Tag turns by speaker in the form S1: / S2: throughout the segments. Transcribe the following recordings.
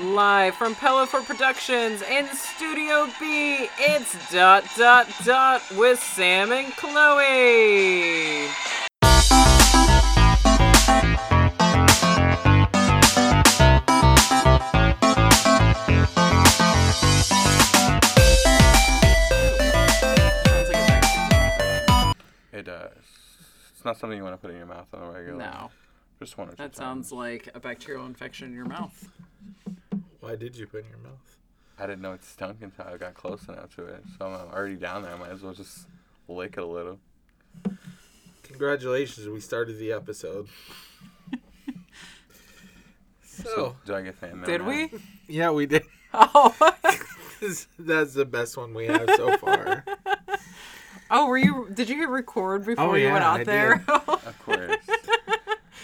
S1: Live from Pella for Productions in Studio B, it's Dot Dot Dot with Sam and Chloe. Sounds like a vaccine.
S2: It does. It's not something you want to put in your mouth on a regular.
S1: No,
S2: Just one or two.
S1: that
S2: times.
S1: sounds like a bacterial infection in your mouth.
S3: Why did you put in your mouth?
S2: I didn't know it stunk until I got close enough to it. So I'm already down there. I might as well just lick it a little.
S3: Congratulations, we started the episode. so,
S2: Did I get fan mail?
S1: Did
S2: now?
S1: we?
S3: yeah, we did.
S1: Oh,
S3: That's the best one we have so far.
S1: oh, were you? Did you hit record before
S3: Oh,
S1: you
S3: yeah,
S1: went out
S3: I
S1: there?
S2: Of course.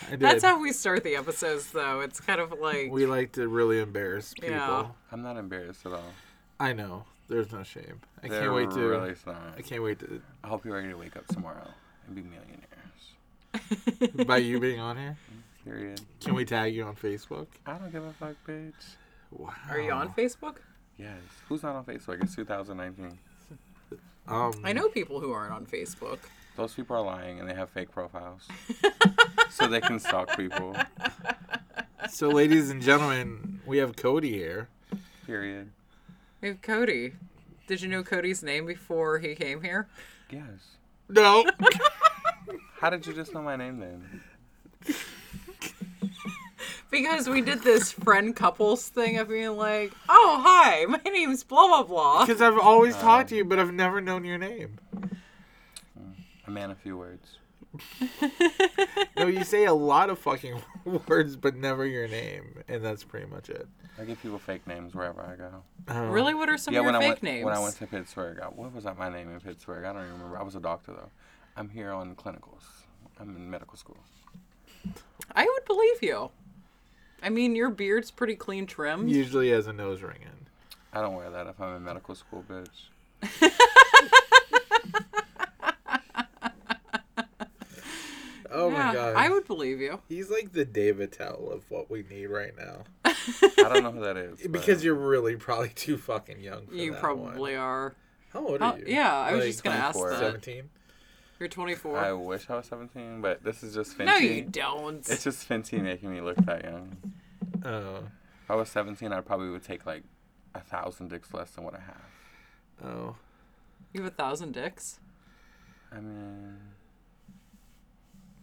S3: I did.
S1: That's how we start the episodes, though. It's kind of like
S3: we like to really embarrass people.
S1: Yeah.
S2: I'm not embarrassed at all.
S3: I know. There's no shame. I
S2: There
S3: can't wait to.
S2: Really is not.
S3: I can't wait to.
S2: I hope you're ready to wake up tomorrow and be millionaires.
S3: By you being on here,
S2: Period.
S3: can we tag you on Facebook?
S2: I don't give a fuck, bitch.
S3: Wow.
S1: Are you
S3: Oh.
S1: on Facebook?
S2: Yes. Who's not on Facebook? It's 2019.
S3: Um,
S1: I know people who aren't on Facebook.
S2: Those people are lying and they have fake profiles. so they can stalk people.
S3: So, ladies and gentlemen, we have Cody here.
S2: Period.
S1: We have Cody. Did you know Cody's name before he came here?
S2: Yes.
S3: No.
S2: How did you just know my name then?
S1: Because we did this friend couples thing of being like, oh, hi, my name's blah, blah, blah.
S3: Because I've always talked to you, but I've never known your name.
S2: A man of few words.
S3: No, you say a lot of fucking words, but never your name, and that's pretty much it.
S2: I give people fake names wherever I go.
S3: Um,
S1: Really? What are some of
S2: when
S1: your
S2: I
S1: fake
S2: went
S1: names?
S2: when I went to Pittsburgh, I, what was that my name in Pittsburgh? I don't even remember. I was a doctor though. I'm here on clinicals. I'm in medical school.
S1: I would believe you. I mean, your beard's pretty clean trimmed.
S3: Usually has a nose ring in.
S2: I don't wear that if I'm in medical school, bitch.
S3: Oh
S1: yeah,
S3: my god.
S1: I would believe you.
S3: He's like the Dave Attell of what we need right now.
S2: I don't know who that is. but-
S3: Because you're really probably too fucking young for
S1: You
S3: that
S1: probably
S3: one.
S1: are.
S3: How old
S1: Oh,
S3: are you?
S1: yeah, I was
S3: Like,
S1: just going to ask
S2: 24.
S1: that.
S3: 17?
S1: You're 24.
S2: I wish I was 17, but this is just Fenty.
S1: no, you don't.
S2: It's just Fenty making me look that young.
S3: Oh.
S2: If I was 17, I probably would take like a thousand dicks less than what I have.
S3: Oh.
S1: You have a thousand dicks.
S2: I mean,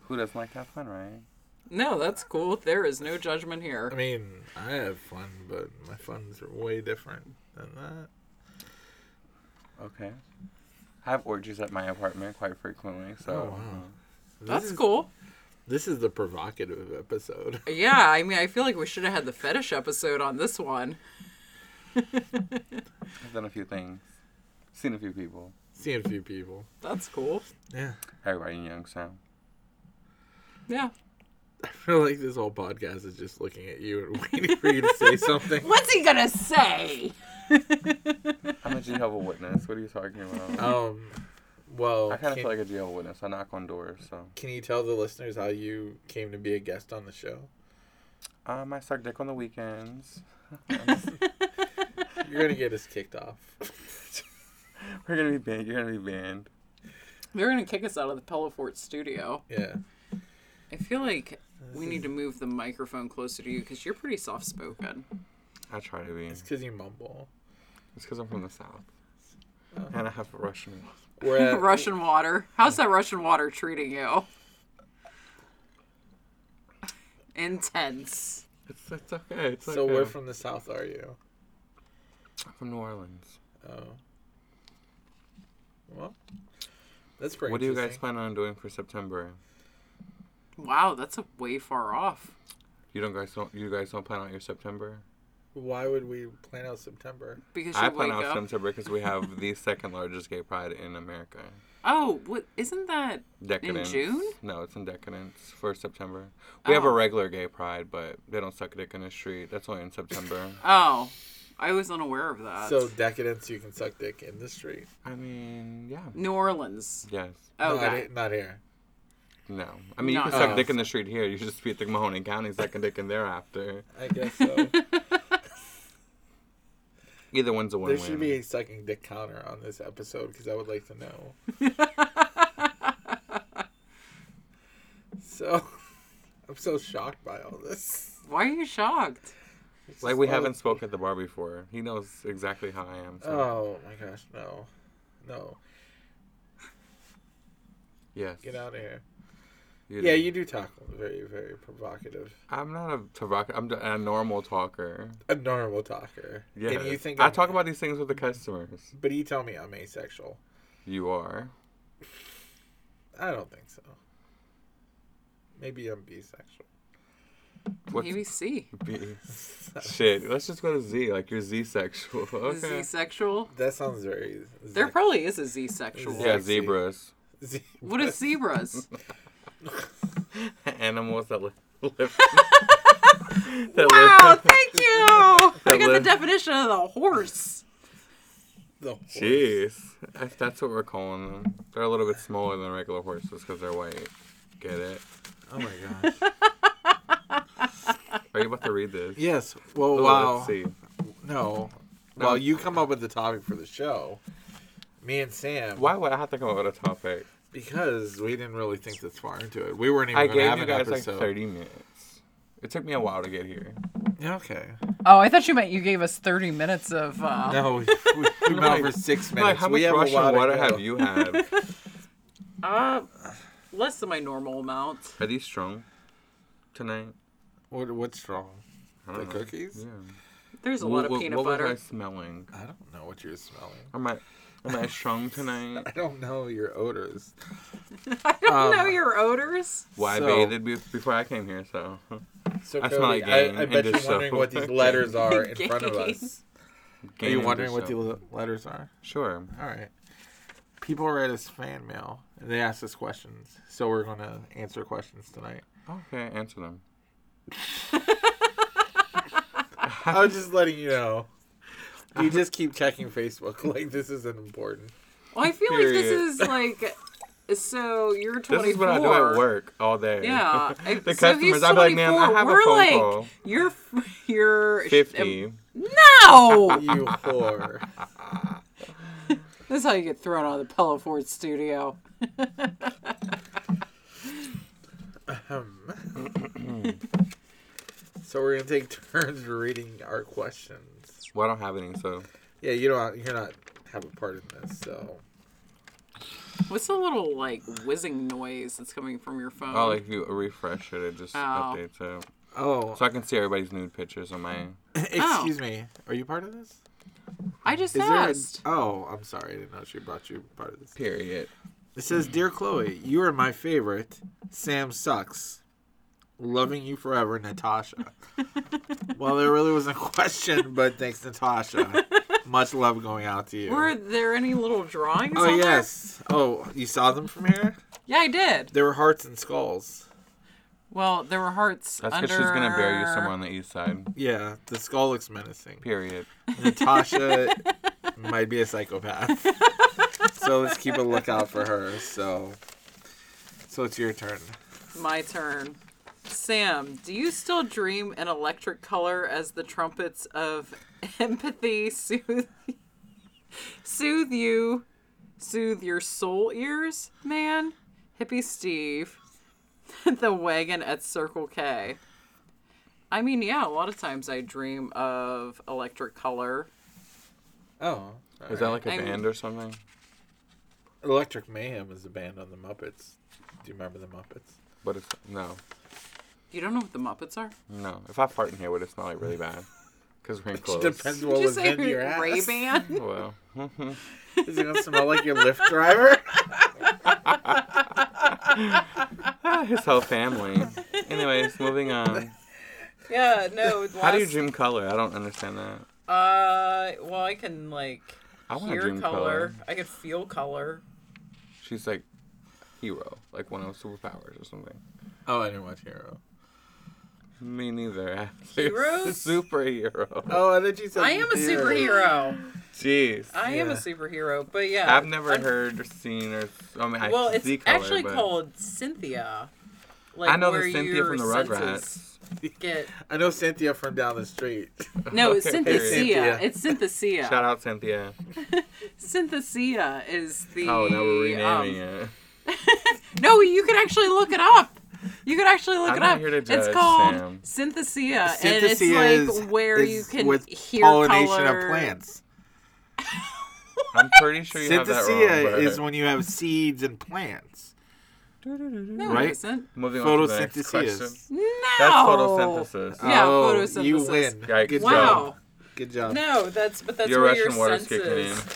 S2: who doesn't like to have fun, right?
S1: No, that's cool. There is no judgment
S3: I
S1: here.
S3: mean, I have fun, but my fun's are way different than that.
S2: Okay. I have orgies at my apartment quite frequently, so. um,
S3: Oh, wow. This
S1: That's
S3: is-
S1: cool.
S3: This is the provocative episode.
S1: Yeah, I mean, I feel like we should have had the fetish episode on this one.
S2: I've done a few things, seen a few people.
S3: Seeing a few people.
S1: That's cool.
S3: Yeah.
S2: Everybody in Youngstown.
S1: Yeah.
S3: I feel like this whole podcast is just looking at you and waiting for you to say something.
S1: What's he gonna say?
S2: I'm a Jehovah Witness. What are you talking about?
S3: Um, well,
S2: I kind of
S3: can,
S2: feel like a Jehovah Witness. I knock on doors, so.
S3: can you tell the listeners how you came to be a guest on the show?
S2: Um, I suck dick on the weekends.
S3: You're gonna get us kicked off.
S2: We're gonna be banned. You're gonna be banned.
S1: They're gonna kick us out of the Pellafort studio.
S3: Yeah.
S1: I feel like we need to move the microphone closer to you because you're pretty soft spoken.
S3: Uh,
S2: I try to be.
S3: It's because you mumble.
S2: It's because I'm from the south, and I have a Russian.
S3: We're at,
S1: Russian water. How's that Russian water treating you? Intense.
S2: It's, it's okay. It's
S3: so where from the south are you?
S2: from New Orleans.
S3: Oh. Well, that's pretty.
S2: What do you guys
S3: interesting.
S2: plan on doing for September?
S1: Wow, that's a way far off.
S2: You don't guys don't you guys don't plan out your September?
S3: Why would we plan out September?
S1: Because you
S2: I
S1: wake
S2: plan out
S1: up.
S2: September because we have the second largest gay pride in America.
S1: Oh, what isn't that?
S2: Decadence.
S1: June?
S2: No, it's in Decadence for September. We have
S1: Oh.
S2: a regular gay pride, but they don't suck dick in the street. That's only in September.
S1: Oh, I was unaware of that.
S3: So decadence, you can suck dick in the street.
S2: I mean, yeah.
S1: New Orleans.
S2: Yes.
S1: Oh,
S3: not,
S1: God.
S3: he- not here.
S2: No. I mean, you
S1: No.
S2: can suck
S3: Oh.
S2: dick in the street here. You should just be at the Mahoning County sucking dick in there after.
S3: I guess so.
S2: Either one's a win-win.
S3: There should be a sucking dick counter on this episode because I would like to know. so, I'm so shocked by all this.
S1: Why are you shocked?
S3: It's
S2: like
S3: just
S2: we
S3: all-
S2: haven't spoken at the bar before. He knows exactly how I am. So
S3: Oh my gosh, no, no,
S2: yes,
S3: get out of here.
S2: You
S3: yeah,
S2: do.
S3: you do talk very, very provocative.
S2: I'm not a provocative. I'm a normal talker.
S3: A normal talker.
S2: Yeah,
S3: And you think
S2: I
S3: I'm-
S2: talk about these things with the customers.
S3: but you tell me I'm asexual.
S2: You are.
S3: I don't think so. Maybe I'm bisexual.
S2: What's
S1: Maybe C.
S2: B? Shit, let's just go to Z. Like you're Z sexual. Okay.
S1: Z sexual.
S3: That sounds very.
S1: There probably is a Z sexual.
S2: yeah,
S3: Sexy.
S2: zebras,
S3: Z-
S1: What is zebras?
S2: animals that live. live that
S1: wow,
S2: live-
S1: thank you. I got the
S2: live-
S1: definition of the horse.
S3: the horse.
S2: Jeez, If that's what we're calling them. They're a little bit smaller than regular horses because they're white. Get it?
S3: Oh my gosh.
S2: Are you about to read this?
S3: Yes. Well,
S2: Oh,
S3: wow.
S2: Let's see.
S3: No.
S2: No.
S3: Well, you come up with the topic for the show. Me and Sam.
S2: Why would I have to come up with a topic?
S3: Because we didn't really think this far into it. We weren't even
S2: I
S3: going to
S2: gave
S3: have
S2: you
S3: an
S2: guys like
S3: episode.
S2: 30 minutes. It took me a while to get here.
S3: Yeah, okay.
S1: Oh, I thought you meant you gave us 30 minutes of. Uh...
S3: No, we, we, we've been out for six minutes.
S2: Like, how
S3: we
S2: much
S3: have
S2: Russian
S3: a lot to
S2: water
S3: go.
S2: have you had?
S1: Uh, less than my normal amount.
S2: Are these strong tonight?
S3: What, what's wrong?
S2: I
S3: The
S2: don't know.
S3: cookies?
S2: Yeah.
S1: There's a
S2: What-
S1: lot of
S2: what-
S1: peanut
S2: what
S1: butter.
S2: was I smelling?
S3: I don't know what you're smelling.
S2: Am I am I strong tonight?
S3: I don't know your odors.
S1: I, don't
S3: Um,
S1: know your odors.
S2: Well, I
S3: So-
S2: bathed be- before I came here, so
S3: So
S2: I
S3: Cody,
S2: smell like gang
S3: I, I bet
S2: and
S3: you're
S2: just
S3: wondering
S2: so-
S3: what these letters are in front of
S1: Gang.
S3: us. Are
S2: Gain
S3: you
S2: into
S3: wondering what
S2: show.
S3: the le- letters are?
S2: Sure.
S3: All right. People write us fan mail. and They ask us questions, so we're gonna answer questions tonight.
S2: Okay, answer them.
S3: I was just letting you know. You just keep checking Facebook like this isn't important.
S1: Well, I feel
S2: Period.
S1: like this is like. So you're 24.
S2: This is what I do at work all day.
S1: Yeah. I-
S2: the
S1: so
S2: customers,
S1: he's
S2: I'd be like, ma'am, I
S1: 24.
S2: have
S1: We're
S2: a phone
S1: like,
S2: call.
S1: You're you're
S2: 50.
S1: No.
S3: You whore.
S1: That's how you get thrown out of the Pellaford studio.
S3: Um, So we're gonna take turns reading our questions.
S2: Well, I don't have any, so
S3: Yeah, you don't. You're not have a part in this. So
S1: What's the little like whizzing noise that's coming from your phone?
S2: I'll like you refresh it. It just
S1: Mm-hmm. Oh.
S2: updates it,
S3: oh,
S2: so I can see everybody's nude pictures on my.
S3: excuse me. Are you part of this?
S1: I just
S3: Is there? A,
S1: asked.
S3: oh, I'm sorry. I didn't know she brought you part of this.
S2: Period.
S3: It says, "Dear Chloe, you are my favorite. Sam sucks. Loving you forever, Natasha." well, there really wasn't a question, but thanks, Natasha. Much love going out to you.
S1: Were there any little drawings?
S3: oh
S1: on there?
S3: yes. Oh, you saw them from here?
S1: Yeah, I did.
S3: There were hearts and skulls.
S1: Well, there were hearts
S2: That's
S1: under.
S2: because she's gonna bury you somewhere on the east side.
S3: Yeah, the skull looks menacing.
S2: Period.
S3: Natasha might be a psychopath. so let's keep a lookout for her. So, so it's your turn.
S1: My turn. Sam, do you still dream in electric color as the trumpets of empathy soothe, soothe you, soothe your soul ears, man? Hippie Steve, the wagon at Circle K. I mean, yeah, a lot of times I dream of electric color.
S3: Oh,
S2: Is that like a
S1: I'm-
S2: band or something?
S3: Electric Mayhem is a band on the Muppets. Do you remember the Muppets?
S2: What is no,
S1: You don't know what the Muppets are?
S2: no. If I fart in here, would it smell like really bad? Because we're in
S3: It
S2: clothes. Oh,
S3: depends what
S1: Did you
S3: was
S1: say
S3: in your ass.
S1: Ray-Ban?
S2: Well,
S3: Is it gonna smell like your Lyft driver?
S2: his whole family. Anyways, moving on.
S1: yeah, no.
S2: How do you
S1: last-
S2: dream color? I don't understand that.
S1: Uh, well, I can like
S2: I want to
S1: hear
S2: dream
S1: color.
S2: color.
S1: I could feel color.
S2: She's like hero, like one of superpowers or something.
S3: Oh, I didn't watch Hero.
S2: Me neither.
S1: Heroes?
S2: Superhero.
S3: Oh, I thought you said.
S1: I am a
S3: Hero.
S1: superhero.
S2: Jeez.
S1: I am a
S3: Yeah.
S1: superhero, but yeah.
S2: I've never
S1: I'm-
S2: heard or seen or. I mean, I
S1: Well, it's
S2: see color,
S1: actually
S2: but
S1: called Cynthia. Like
S2: I know
S1: where
S2: the Cynthia
S1: your
S2: from the
S1: senses
S2: Rugrats.
S1: Get
S3: I know Cynthia from down the street.
S1: no, it's
S2: Okay.
S1: Synthesia.
S3: Cynthia.
S1: It's Synthesia.
S2: Shout out Cynthia.
S1: Synthesia is the.
S2: Oh, now we're renaming
S1: um,
S2: it.
S1: No, you can actually look it up. You can actually look
S2: I'm
S1: it
S2: not
S1: up.
S2: here to
S1: it's
S2: judge,
S1: called
S2: Sam.
S1: Synthesia, and it's
S3: Cynthesia
S1: like
S3: is-
S1: where you
S3: is
S1: can
S3: with
S1: hear
S3: pollination
S1: color.
S3: of plants.
S2: I'm pretty sure you have that wrong.
S3: Synthesia
S2: but-
S3: is when you have seeds and plants.
S1: No,
S3: right?
S1: it isn't.
S2: Moving on to the next
S3: Photosynthesis.
S2: question.
S1: No.
S2: That's photosynthesis.
S1: Yeah,
S3: oh,
S1: photosynthesis.
S3: You win.
S2: Yikes.
S3: Good
S1: Wow.
S3: job. Good job.
S1: No, that's but that's
S2: Uh, Your
S1: where
S2: Russian
S1: your
S2: water's kicking in.
S1: senses.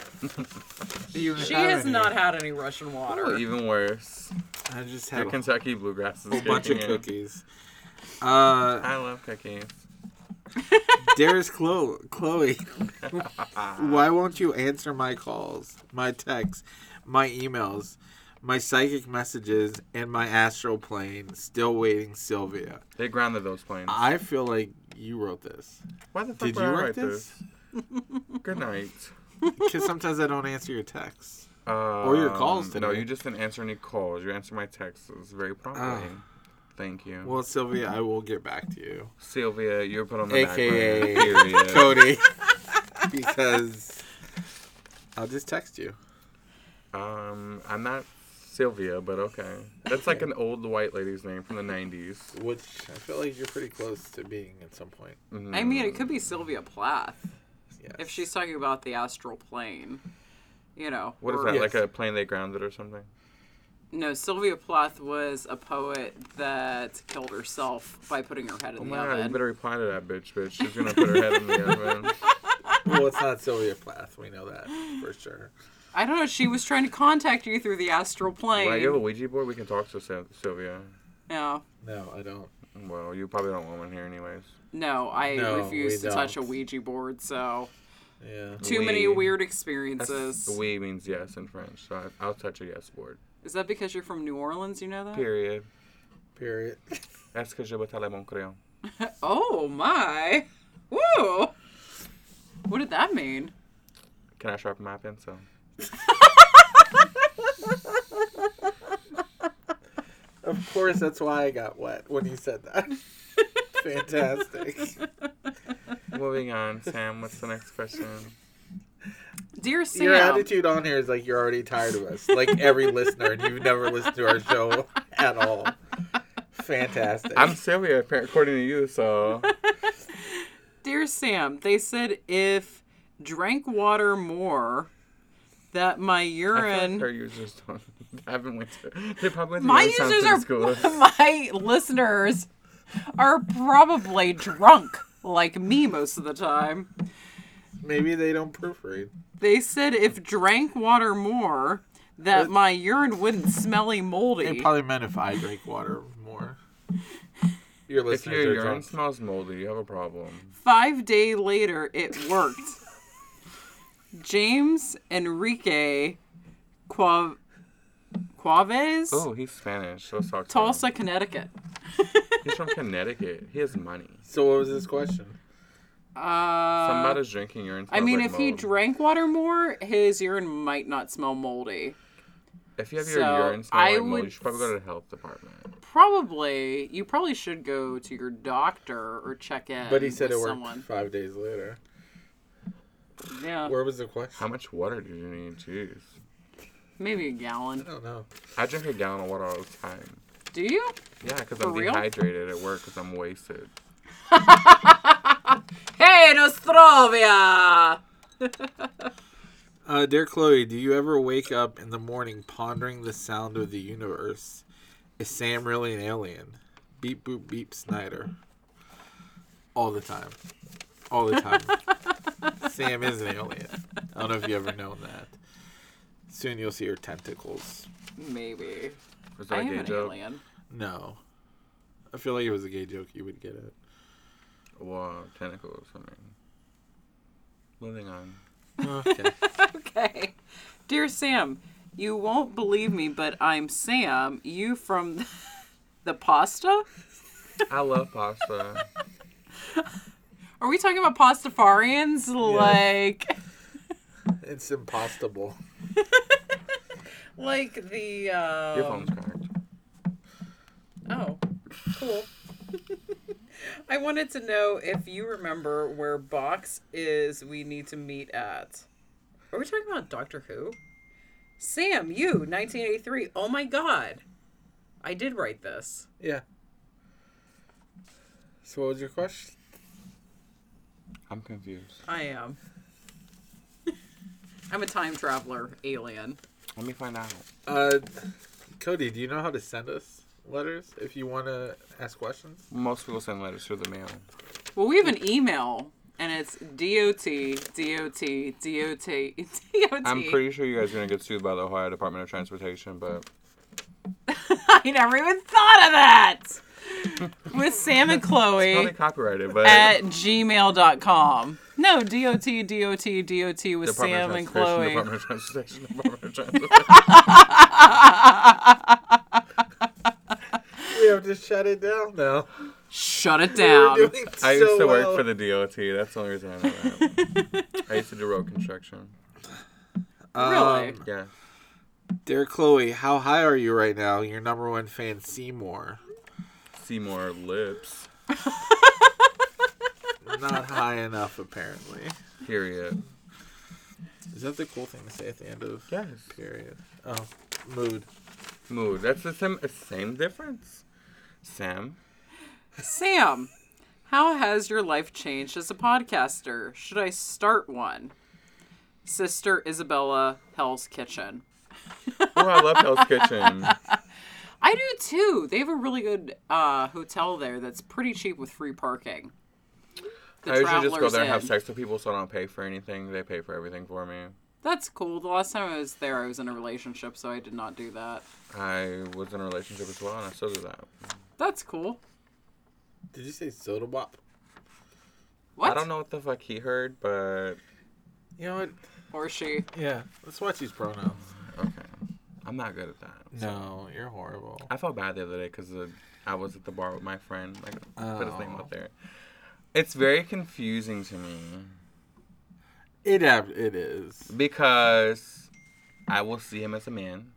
S3: You
S1: She
S3: have
S1: has
S3: any.
S1: not had any Russian
S2: Or
S1: water.
S2: even worse,
S3: I just
S2: your
S3: had a
S2: Kentucky bluegrass is
S3: whole bunch of
S2: kicking in.
S3: cookies. Uh,
S2: I love cookies.
S3: there's Chloe. Chloe, why won't you answer my calls, my texts, my emails, my psychic messages, and my astral plane? Still waiting, Sylvia.
S2: They grounded those planes.
S3: I feel like you wrote this.
S2: Why the fuck
S3: Ah. Did
S2: would
S3: you
S2: I
S3: write
S2: write
S3: this?
S2: this? Good night.
S3: Because sometimes I don't answer your texts.
S2: Uh,
S3: your calls
S2: No,
S3: today.
S2: you just didn't answer any calls. You answered my texts very promptly.
S3: Ah.
S2: Thank you.
S3: Well, Sylvia, I will get back to you.
S2: Sylvia, you're put on the
S3: AKA
S2: back burner. period.
S3: Cody. because I'll just text you.
S2: Um, I'm not Sylvia, but okay. That's like an old white lady's name from the 90s.
S3: Which I feel like you're pretty close to being at some point.
S2: Mhm.
S1: I mean, it could be Sylvia Plath
S3: Yes.
S1: if she's talking about the astral plane. You know,
S2: What is
S1: or-
S2: that?
S3: Yes.
S2: Like a plane they grounded or something?
S1: No, Sylvia Plath was a poet that killed herself by putting her head in
S2: Oh
S1: the
S2: my god, you
S1: oven.
S2: better reply to that bitch, bitch. She's gonna put her head in the oven.
S3: well, it's not Sylvia Plath. We know that for sure.
S1: I don't know. She was trying to contact you through the astral plane.
S2: Right, you have a Ouija board? We can talk to Syl- Sylvia.
S1: No,
S3: No, I don't.
S2: Well, you probably don't want one here, anyways.
S1: no, I
S3: No, we
S1: refuse to touch a
S3: don't.
S1: Ouija board. So
S3: Yeah.
S1: too many
S2: We.
S1: weird
S2: That's,
S1: experiences.
S2: we means yes in French, so I, I'll touch a yes board.
S1: Is that because you're from New Orleans? You know that?
S2: Period.
S3: Period.
S2: Est-ce que je vais aller à mon crayon?
S1: Oh my! Woo! What did that mean?
S2: Can I sharpen my pencil?
S3: Of course, that's why I got wet when you said that. Fantastic.
S2: Moving on, Sam, what's the next question?
S1: Dear
S3: Your
S1: Sam,
S3: attitude on here is like you're already tired of us, like every listener, and you've never listened to our show at all. Fantastic.
S2: I'm Sylvia, appar- according to you, so.
S1: dear Sam, they said if drank water more, that my
S2: I feel like
S1: urine.
S2: Her users don't. haven't went to. They probably went to
S1: my
S2: Youngstown
S1: users
S2: City
S1: are
S2: school.
S1: my listeners are probably drunk like me most of the time.
S3: Maybe they don't proofread.
S1: They said if drank water more that my urine wouldn't smelly
S3: They
S1: moldy.
S3: probably meant if I drink water more. Your
S2: If your
S3: listeners are
S2: urine
S3: drunk.
S2: smells moldy, you have a problem.
S1: 5 day later it worked. James Enrique Cuav- Cuaves
S2: Oh, he's Spanish. Let's talk to him.
S1: Tulsa, Connecticut.
S2: He's from Connecticut. He has money.
S3: So what was this question?
S1: Uh,
S2: Somebody's drinking urine.
S1: I
S2: smells
S1: mean,
S2: like
S1: if he
S2: mold.
S1: drank water more, his urine might not smell moldy.
S2: if you have your
S1: so,
S2: urine smell
S1: I
S2: like mold, you
S1: would
S2: should probably go to the health department.
S1: Probably, you probably should go to your doctor or check in.
S3: But he said it
S1: with
S3: worked
S1: Um, someone.
S3: five days later.
S1: Yeah,
S3: Where was the
S2: How
S3: question?
S2: much water do you need? Jeez,
S1: maybe a
S3: I
S1: gallon.
S3: don't know.
S2: I drink a gallon of water all the time.
S1: Do you?
S2: Yeah, because
S1: For
S2: I'm
S1: real?
S2: dehydrated at work because I'm wasted.
S1: Hey, Nostrovia!
S3: Uh, dear Chloe, do you ever wake up in the morning pondering the sound of the universe? Is Sam really an alien? Beep boop beep Snyder. All the time. All the time. Sam is an alien. I don't know if you ever known that. Soon you'll see her tentacles.
S1: Maybe.
S2: Is that
S1: I
S2: a
S1: am
S2: gay
S1: an
S2: joke?
S1: alien.
S3: No. I feel like it was a gay joke. You would get it.
S2: Wow, tentacles. I mean, moving on.
S3: Okay.
S1: Okay. Dear Sam, you won't believe me, but I'm Sam. You from the pasta?
S2: I love pasta.
S1: Are we talking about pastafarians? Like,
S3: it's impossible.
S1: like the. Um,
S2: Your phone's cracked.
S1: oh, cool. I wanted to know if you remember where Box is we need to meet at. Are we talking about Doctor Who? Sam, you, 1983. Oh my god. I did write this.
S3: Yeah. So what was your question?
S2: I'm confused.
S1: I am. I'm a time traveler alien.
S2: Let me find out.
S3: Uh, Cody, do you know how to send us letters if you want to ask questions?
S2: Most people send letters through the mail.
S1: Well, we have an email, and it's dot dot dot dot.
S2: I'm pretty sure you guys are gonna get sued by the Ohio Department of Transportation, but
S1: I never even thought of that. With Sam and
S2: probably
S1: Chloe
S2: copyrighted. But
S1: at gmail.com. No, dot dot dot with
S2: Department of
S1: Sam and
S2: Transportation,
S1: Chloe.
S2: Department of Transportation, Department of Transportation.
S3: We have to shut it down now.
S1: Shut it
S3: We're
S1: down.
S3: doing
S2: I used
S3: so
S2: to work
S3: well.
S2: for the DOT. That's the only reason I know that. I used to do road construction.
S1: Really?
S3: Um,
S2: Yeah.
S3: dear Chloe, how high are you right now? Your number one fan, Seymour.
S2: Seymour lips.
S3: Not high enough, apparently.
S2: Period.
S3: Is that the cool thing to say at the end of
S2: Yes.
S3: period? Oh, mood.
S2: Mood. That's the same same difference. Sam.
S1: Sam, how has your life changed as a podcaster? Should I start one? Sister Isabella, Hell's Kitchen.
S2: Oh, I love Hell's Kitchen.
S1: I do too. They have a really good uh, hotel there that's pretty cheap with free parking. The
S2: I usually just go
S1: Travelers
S2: there and have
S1: Inn.
S2: sex with people, so I don't pay for anything. They pay for everything for me.
S1: That's cool. The last time I was there, I was in a relationship, so I did not do that.
S2: I was in a relationship as well, and I still do that.
S1: That's cool.
S3: Did you say soda bop?
S1: What?
S2: I don't know what the fuck he heard, but
S3: You know what?
S1: Or she.
S3: Yeah. Let's watch these pronouns.
S2: okay. I'm not good at that.
S3: No, you're horrible.
S2: I felt bad the other day because I was at the bar with my friend. Like, put his name
S3: Oh.
S2: out there. It's very confusing to me
S3: It ab- it is.
S2: because I will see him as a man,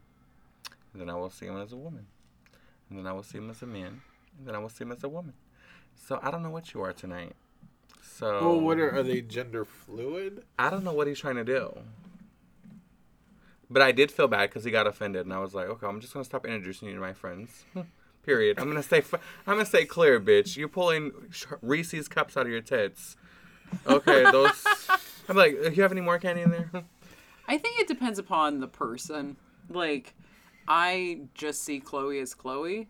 S2: and then I will see him as a woman, and then I will see him as a man, and then I will see him as a woman. So I don't know what you are tonight. So
S3: Oh, what are, are they gender fluid?
S2: I don't know what he's trying to do. But I did feel bad because he got offended, and I was like, okay, I'm just gonna stop introducing you to my friends. Period. I'm gonna stay. Fr- I'm gonna stay clear, bitch. You're pulling sh- Reese's cups out of your tits. Okay, those. I'm like, "Uh, you have any more candy in there?
S1: I think it depends upon the person. Like, I just see Chloe as Chloe,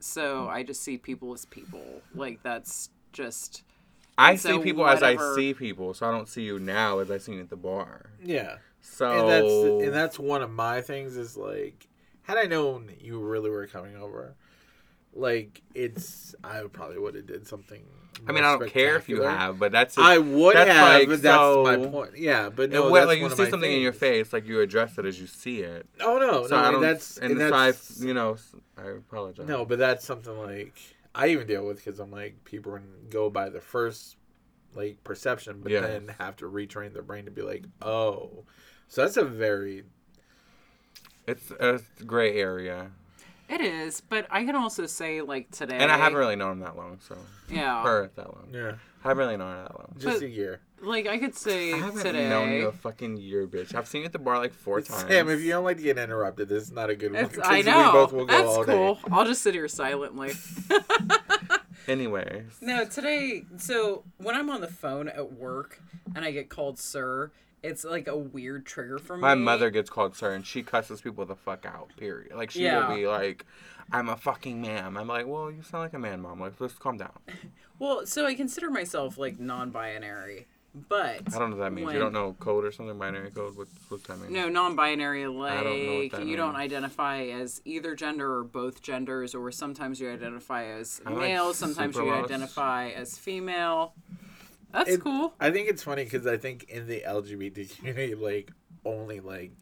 S1: so I just see people as people. Like, that's just.
S2: I
S1: And so
S2: see people as I
S1: whatever-
S2: see people, so I don't see you now as I see you at the bar.
S3: Yeah.
S2: So
S3: And that's and that's one of my things is like, had I known you really were coming over, like it's I probably would have did something.
S2: I mean,
S3: more
S2: I don't care if you
S3: spectacular.
S2: have, but that's. just-
S3: I would
S2: that's
S3: have.
S2: like,
S3: but that's
S2: so-
S3: my point. Yeah, but
S2: And
S3: no,
S2: what-
S3: that's
S2: like
S3: one
S2: you
S3: of
S2: see
S3: my
S2: something in your
S3: things.
S2: face, like you address it as you see it.
S3: Oh no,
S2: So
S3: no,
S2: I don't,
S3: and that's
S2: and,
S3: and
S2: the
S3: that's
S2: five, you know, s- I apologize.
S3: no, but that's something like I even deal with because I'm like people can go by the first like perception, but
S2: Yes.
S3: then have to retrain their brain to be like, oh, so that's a very
S2: it's a gray area,
S1: It is, but I can also say, like, today.
S2: and I haven't really known him that long, so
S1: Yeah.
S2: her that long.
S3: yeah,
S2: haven't really known her that long.
S3: just
S1: But-
S3: a year.
S1: Like, I could say
S2: I haven't
S1: today.
S2: known you a fucking year, bitch. I've seen you at the bar like four times.
S3: Sam, if you don't like to get interrupted, this is not a good one.
S1: It's, I
S3: 'cause
S1: know.
S3: We both will go
S1: That's
S3: all
S1: cool.
S3: day.
S1: I'll just sit here silently.
S2: Anyways,
S1: No, today, so when I'm on the phone at work and I get called sir, it's like a weird trigger for me.
S2: my mother gets called sir, and she cusses people the fuck out. Period. Like she
S1: Yeah.
S2: will be like, "I'm a fucking ma'am." I'm like, "Well, you sound like a man, mom. Like, let's calm down."
S1: Well, so I consider myself like non binary, but.
S2: I don't know what that means.
S1: When-
S2: You don't know code or something, binary code. What what's that mean?
S1: No, non binary, like
S2: I don't know what that
S1: you don't
S2: means.
S1: identify as either gender or both genders, or sometimes you identify as
S2: like,
S1: male, sometimes
S2: super
S1: you
S2: lost.
S1: identify as female. That's
S3: It-
S1: cool.
S3: I think it's funny because I think in the LGBT community, like only like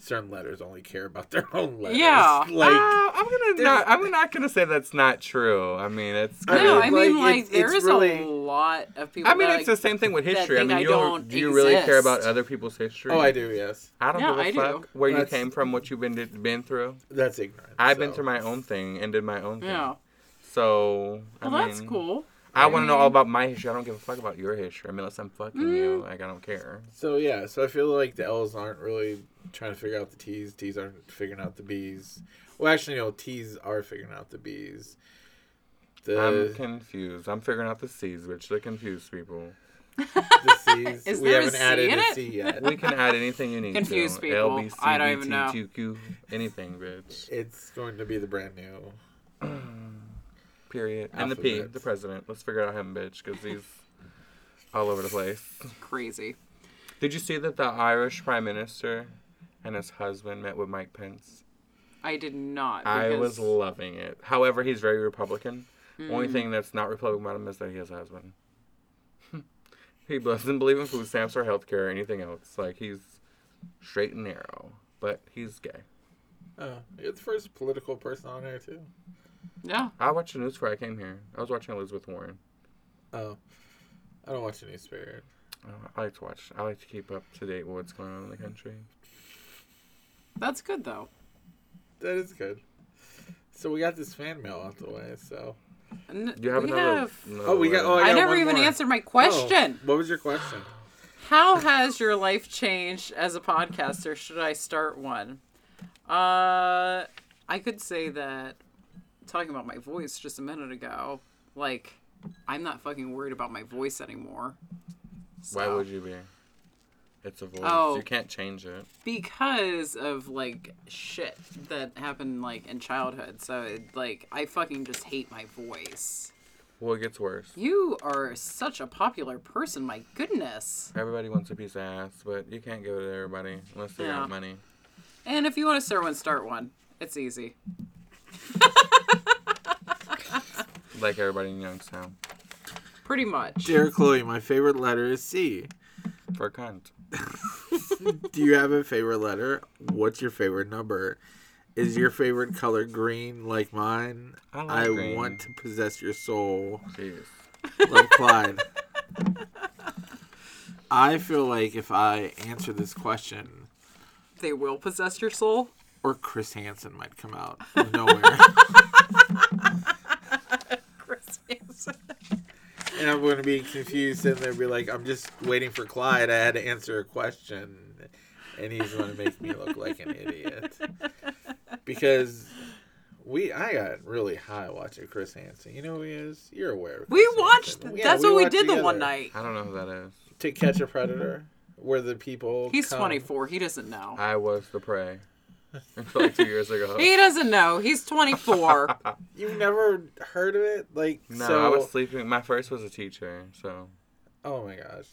S3: certain letters only care about their own letters.
S1: Yeah. Ah.
S3: like.
S2: Uh, I'm gonna
S3: there's-
S2: not. I'm not gonna say that's not true. I mean, it's.
S3: I
S1: No, I
S3: mean,
S1: mean,
S3: like,
S1: like,
S3: it's-
S1: there
S3: it's
S1: is
S3: really-
S1: a lot of people.
S2: I mean,
S1: that,
S2: it's
S1: like,
S2: the same thing with history. I
S1: think
S2: mean,
S1: I
S2: you don't,
S1: don't
S2: do you really care about
S1: exist.
S2: other people's history?
S3: Oh, I do. Yes,
S2: I don't
S1: Yeah,
S2: give a
S1: I do.
S2: fuck where
S3: That's-
S2: you came from, what you've been been through.
S3: that's ignorant.
S2: I've
S3: so.
S2: been through my own thing and did my own thing.
S1: yeah.
S2: So
S1: Well,
S2: I
S1: that's
S2: mean,
S1: cool.
S2: I, want to know all about my history. I don't give a fuck about your history. I mean, unless I'm fucking
S1: Mm.
S2: you, like I don't care.
S3: So yeah, so I feel like the L's aren't really trying to figure out the T's. T's aren't figuring out the B's. Well, actually, no, T's are figuring out the B's.
S2: I'm
S3: The,
S2: confused. I'm figuring out the C's, which they confuse people.
S3: the C's.
S1: Is
S3: we
S1: there a
S3: haven't
S1: C
S3: added
S1: in
S3: a
S1: it?
S3: C yet.
S2: We can add anything you need.
S1: Confuse
S2: to.
S1: people.
S2: LBC,
S1: I don't even know.
S2: BTQQ, anything, bitch.
S3: It's going to be the brand new.
S2: Period. And the P,
S3: Alphabets.
S2: the president. Let's figure out him, bitch, because he's all over the place.
S1: Crazy.
S2: Did you see that the Irish prime minister and his husband met with Mike Pence?
S1: I did not.
S2: I
S1: because- Hmm.
S2: was loving it. However, he's very Republican. Only thing that's not Republican about him is that he has a husband. he doesn't believe in food stamps or health care or anything else. Like, he's straight and narrow, but he's gay.
S3: Oh, you're the first political person on here too.
S1: Yeah.
S2: I watched the news before I came here. I was watching Elizabeth Warren.
S3: Oh, I don't watch the newspaper.
S2: Uh, I like to watch. I like to keep up to date with what's going on in the country.
S1: That's good though.
S3: That is good. So we got this fan mail out the way. So
S1: N-
S2: Do you have
S1: we
S2: another?
S1: have-
S2: another
S3: oh, we got.
S2: letter?
S3: Oh, I,
S1: I
S3: got
S1: never
S3: one
S1: even
S3: more.
S1: answered my
S3: Oh,
S1: question.
S3: what was your question?
S1: How has your life changed as a podcaster? Should I start one? Uh, I could say that talking about my voice just a minute ago, like I'm not fucking worried about my voice anymore.
S2: Why
S1: So-
S2: would you be? It's a voice.
S1: Oh.
S2: You can't change it.
S1: because of like shit that happened like in childhood. So it, like I fucking just hate my voice.
S2: Well, it gets worse.
S1: You are such a popular person, my goodness.
S2: Everybody wants a piece of ass, but you can't give it to everybody unless they
S1: Yeah.
S2: got money.
S1: And if you want to start one, start one. It's easy.
S2: Like everybody in Youngstown.
S1: Pretty much.
S3: Dear Chloe, my favorite letter is C.
S2: For a cunt.
S3: Do you have a favorite letter? What's your favorite number? Is your favorite color green like mine?
S2: I like
S3: I
S2: green.
S3: want to possess your soul.
S2: Jeez.
S3: Love Clyde. I feel like if I answer this question,
S1: They will possess your soul.
S3: or Chris Hansen might come out of nowhere.
S1: Chris Hansen.
S3: and I'm going to be confused and they'll be like, I'm just waiting for Clyde. I had to answer a question and he's going to make me look like an idiot. Because we, I got really high watching Chris Hansen. You know who he is? You're aware. Of
S1: We
S3: Chris
S1: watched.
S3: Hansen. Yeah,
S1: that's what we
S3: watched
S1: did the
S3: together.
S1: one night.
S2: I don't know who that is.
S3: To Catch a Predator, where the people.
S1: He's
S3: come-
S1: 24. He doesn't know.
S2: I was the prey. Until like two years ago.
S1: He doesn't know. He's 24.
S3: You've never heard of it? Like,
S2: No,
S3: so.
S2: I was sleeping. My first was a teacher, so
S3: oh my gosh.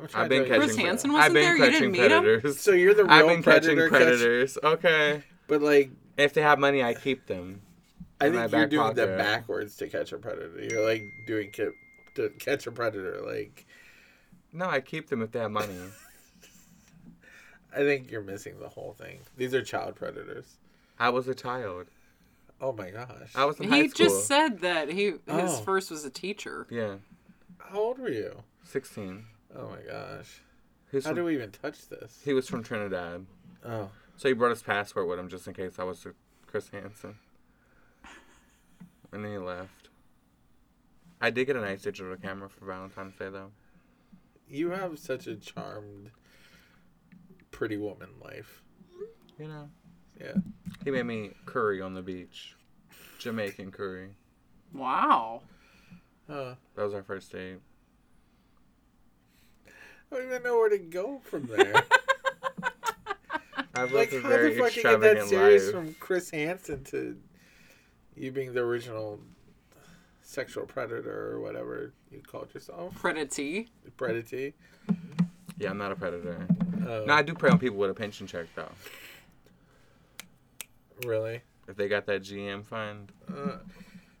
S3: I'm trying
S2: I've been
S3: to-
S2: catching.
S1: Chris Hansen
S2: I've
S1: wasn't
S2: been
S1: there? You
S2: Catching
S1: didn't meet him?
S2: predators.
S3: So you're the real
S2: I've been
S3: predator,
S2: catching predators. Okay.
S3: but like
S2: If they have money, I keep them.
S3: I
S2: in my
S3: think you're
S2: back
S3: doing
S2: pocket.
S3: that backwards to catch a predator. You're like doing ki- to catch a predator. Like
S2: No, I keep them if they have money.
S3: I think you're missing the whole thing. These are child predators.
S2: I was a child.
S3: Oh my gosh.
S2: I was in high
S1: he
S2: school.
S1: just said that he his
S3: Oh.
S1: first was a teacher.
S2: yeah,
S3: How old were you?
S2: sixteen.
S3: Oh my gosh.
S2: He's
S3: How
S2: from,
S3: do we even touch this?
S2: He was from Trinidad,
S3: Oh.
S2: so he brought his passport with him just in case I was a Chris Hansen. And then he left. I did get a nice digital camera for Valentine's Day though.
S3: You have such a charmed pretty woman life.
S2: You know,
S3: Yeah.
S2: he made me curry on the beach, Jamaican curry.
S1: Wow.
S3: Huh.
S2: That was our first date.
S3: I don't even know where to go from there.
S2: I've lived
S3: like
S2: a
S3: how the
S2: very
S3: fuck you get that
S2: extravagant
S3: serious
S2: life.
S3: from Chris Hansen to you being the original sexual predator or whatever you called yourself,
S1: Predatee.
S3: predatee.
S2: Yeah, I'm not a predator.
S3: Uh,
S2: No, I do prey on people with a pension check though.
S3: really.
S2: If they got that GM fund,
S3: Uh,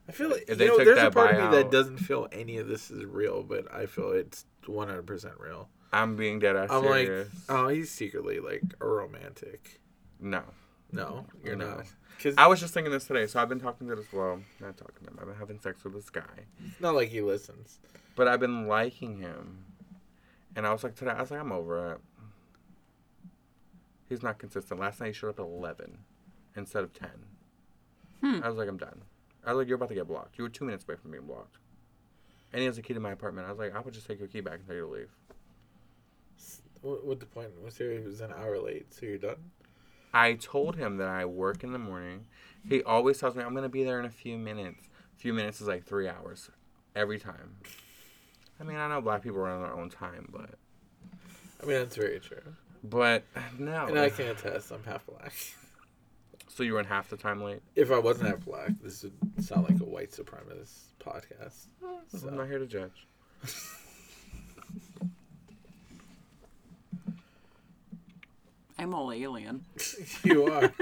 S3: I feel like
S2: If they
S3: you know
S2: took
S3: there's a
S2: that
S3: part of me that
S2: buyout-
S3: doesn't feel any of this is real, but I feel it's 100 percent real.
S2: I'm being dead ass
S3: I'm
S2: serious.
S3: like, oh, he's secretly like a romantic.
S2: no.
S3: No, you're
S2: No.
S3: not. Because
S2: I was just thinking this today, so I've been talking to this well, not talking to him. I've been having sex with this guy,
S3: it's not like he listens.
S2: but I've been liking him, and I was like today, I was like, I'm over it. He's not consistent. Last night he showed up at eleven instead of ten. I was like, I'm done. I was like, you're about to get blocked. You were two minutes away from being blocked. And he has a key to my apartment. I was like, I would just take your key back and tell you to leave.
S3: What, what the point was here? He was an hour late, so you're done.
S2: I told him that I work in the morning. He always tells me I'm gonna be there in a few minutes. A few minutes is like three hours, every time. I mean, I know black people are on their own time, but
S3: I mean, that's very true.
S2: but no.
S3: And I can attest, I'm half black.
S2: So you run half the time late.
S3: If I wasn't half black, this would sound like a white supremacist podcast. So-
S2: I'm not here to judge.
S1: I'm all alien.
S3: you are.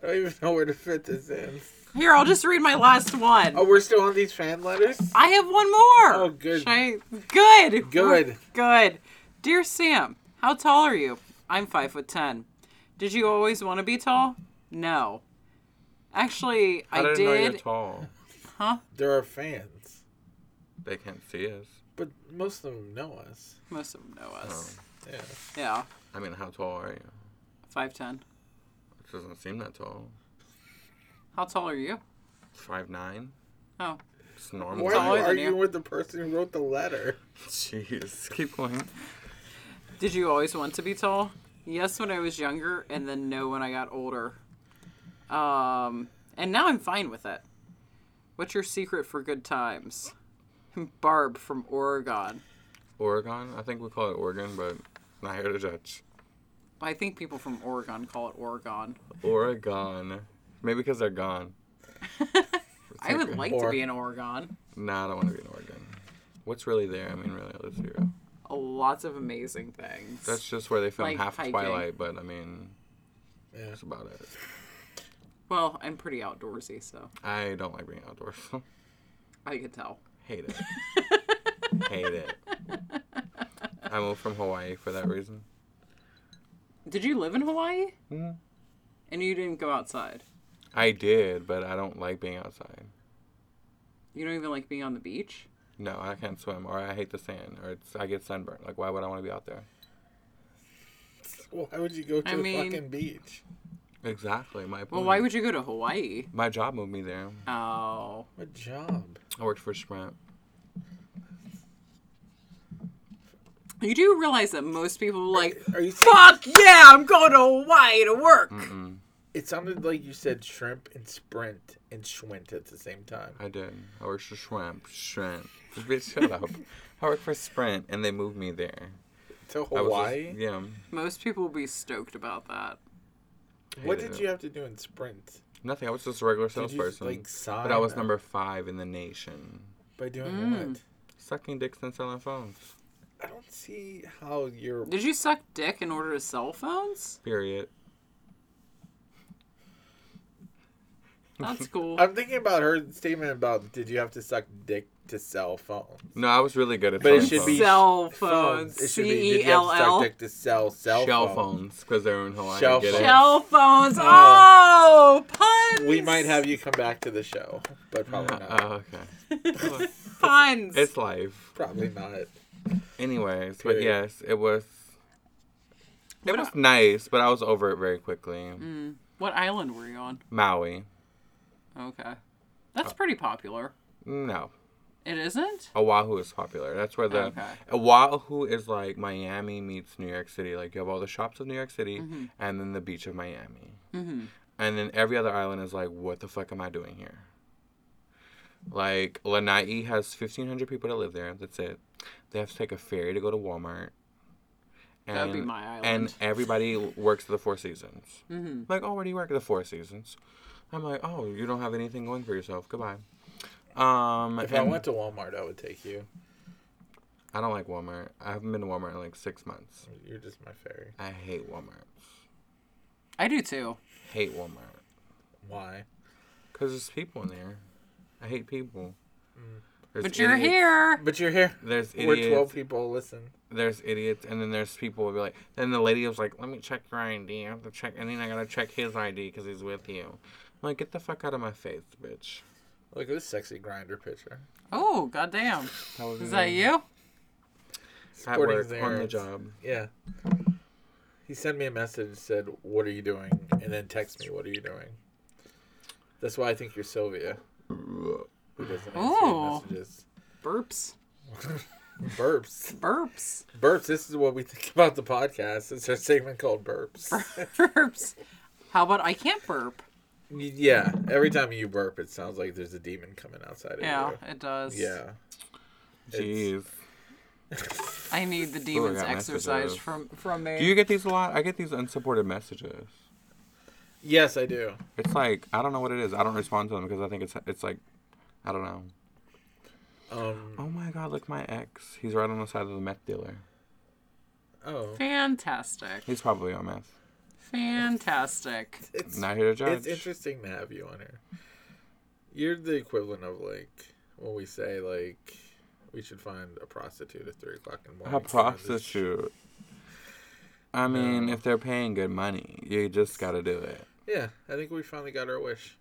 S3: I don't even know where to fit this in.
S1: Here, I'll just read my last one.
S3: Oh, we're still on these fan letters?
S1: I have one more.
S3: Oh, good.
S1: Should I- Good.
S3: Good.
S1: Good. Dear Sam, how tall are you? I'm five foot ten. Did you always want to be tall? No. Actually,
S2: I,
S1: I,
S2: didn't know you're
S1: did.
S2: tall.
S3: There are fans,
S2: They can't see us.
S3: but most of them know us.
S1: Most of them know us.
S2: Oh.
S3: Yeah.
S1: Yeah,
S2: I mean, how tall are you?
S1: five ten.
S2: It doesn't seem that tall.
S1: How tall are you?
S2: Five nine.
S1: Oh,
S2: It's normal.
S3: Why are
S1: taller
S3: you
S1: than
S3: arguing
S1: you.
S3: with the person who wrote the letter?
S2: Jeez. Keep going.
S1: did you always want to be tall? Yes, when I was younger, and then no when I got older. Um, and now I'm fine with it. What's your secret for good times? Barb from Oregon.
S2: Oregon. I think we call it Oregon, but not here to judge.
S1: I think people from Oregon call it Oregon.
S2: Oregon. Maybe because they're gone.
S1: I would
S2: okay.
S1: like to
S3: Or-
S1: be in Oregon.
S2: Nah, I don't want to be in Oregon. What's really there? I mean, really, it's zero.
S1: Oh, Lots of amazing things.
S2: That's just where they filmed
S1: Like
S2: half of
S1: hiking.
S2: Twilight, but I mean,
S3: Yeah.
S2: that's about it.
S1: well, I'm pretty outdoorsy, so
S2: I don't like being outdoors.
S1: I could tell.
S2: Hate it. Hate it. I moved from Hawaii for that reason.
S1: Did you live in Hawaii?
S2: Mhm.
S1: And you didn't go outside.
S2: I did, but I don't like being outside.
S1: You don't even like being on the beach.
S2: No, I can't swim, or I hate the sand, or it's I get sunburned. Like, why would I want to be out there?
S3: Why would you go to
S1: I
S3: the
S1: mean-
S3: fucking beach?
S2: Exactly. My point.
S1: Well, why would you go to Hawaii?
S2: My job moved me there.
S1: Oh,
S3: What job?
S2: I worked for Sprint.
S1: you do realize that most people are like,
S3: Are you? Saying,
S1: fuck yeah, I'm going to Hawaii to work.
S2: Mm,
S3: it sounded like you said shrimp and sprint and schwint at the same time.
S2: I did. I worked for Shrimp. Shrimp. Bitch, shut up. I worked for Sprint, and they moved me there. I
S3: To
S2: was just-
S3: Hawaii.
S2: yeah.
S1: Most people will be stoked about that.
S3: what
S2: hated
S3: did
S2: it.
S3: you have to do in sprint?
S2: Nothing. I was just a regular
S3: Did you
S2: salesperson.
S3: like sign?
S2: but I was number five in the nation.
S3: by doing
S1: Mm.
S3: what?
S2: Sucking dicks and selling phones.
S3: I don't see how you're.
S1: Did you suck dick in order to sell phones?
S2: Period.
S1: That's cool.
S3: I'm thinking about her statement about did you have to suck dick to sell phone?
S2: No, I was really good at
S3: But it
S2: selling
S3: should
S2: phones.
S3: be
S1: Cell
S3: Phones.
S1: phones.
S3: It
S1: C
S3: should be
S1: E
S3: did you have
S1: L
S3: to suck
S1: L.
S3: dick to sell cell
S2: shell
S3: phone?
S2: phones because they're in Hawaii.
S3: Shell
S2: Get it?
S3: phones.
S1: Shell phones. Oh,
S3: Oh.
S1: puns.
S3: We might have you come back to the show, but probably not.
S2: Oh, okay.
S1: puns.
S2: It's life.
S3: probably not.
S2: Anyways, but
S3: Period.
S2: yes, it was. It
S1: What
S2: was nice, but I Mm. was over it very quickly.
S1: What island were you on?
S2: Maui.
S1: Okay,
S3: Oh.
S1: that's pretty popular.
S2: No.
S1: It isn't.
S2: Oahu is popular. That's where the
S1: Okay.
S2: Oahu is like Miami meets New York City. Like you have all the shops of New York City
S1: Mm-hmm.
S2: and then the beach of Miami. And then every other island is like, what the fuck am I doing here? Like Lanai has fifteen hundred people that live there. That's it. They have to take a ferry to go to Walmart. And,
S1: That would be my island. Mm-hmm.
S2: And everybody works the Four Seasons. Like, oh, where do you work at the Four Seasons? I'm like, oh, you don't have anything going for yourself. Goodbye. Um,
S3: If I
S2: and-
S3: went to Walmart, I would take you.
S2: I don't like Walmart. I haven't been to Walmart in like six months.
S3: You're just my fairy.
S2: I hate Walmart.
S1: I do too.
S2: Hate Walmart.
S3: Why?
S2: Because there's people in there. I hate people. There's
S1: But you're
S2: idiots-
S1: here.
S3: But you're here.
S2: There's
S3: We're 12
S2: idiots.
S3: people. Listen.
S2: There's idiots. And then there's people who be like, then the lady was like, let me check your ID. I have to check. And then I got to check his ID because he's with you. I'm like, get the fuck out of my face, bitch.
S3: Look at this sexy grinder picture.
S1: Oh goddamn!
S2: That was
S1: Is
S2: me
S1: that
S3: Hmm.
S1: you?
S2: At
S3: Sporting
S2: work, on the
S3: errands.
S2: job.
S3: Yeah. He sent me a message said, "What are you doing?" and then text me, "What are you doing?" That's why I think you're Sylvia. Who doesn't
S1: Ooh.
S3: answer messages?
S1: Burps.
S3: Burps.
S1: Burps.
S3: Burps. This is what we think about the podcast. It's our segment called Burps.
S1: Burps. How about I can't burp?
S3: Y- yeah. Every time you burp, it sounds like there's a demon coming outside of
S1: Yeah,
S3: you.
S1: it does.
S3: Yeah.
S2: Jeez.
S1: I need the demons
S2: got
S1: exercised
S2: messages.
S1: from from me.
S2: Do you get these a lot? I get these unsupported messages.
S3: Yes, I do.
S2: It's like I don't know what it is. I don't respond to them because I think it's it's like I don't know.
S3: Um.
S2: Oh my god, look my ex. He's right on the side of the meth dealer.
S3: Oh.
S1: Fantastic.
S2: He's probably on meth.
S1: Fantastic.
S3: It's
S2: Not here to judge.
S3: it's interesting to have you on here. You're the equivalent of like when we say like we should find a prostitute at three o'clock in the morning.
S2: A prostitute. I mean, if they're paying good money, you just gotta do it.
S3: Yeah, I think we finally got our wish.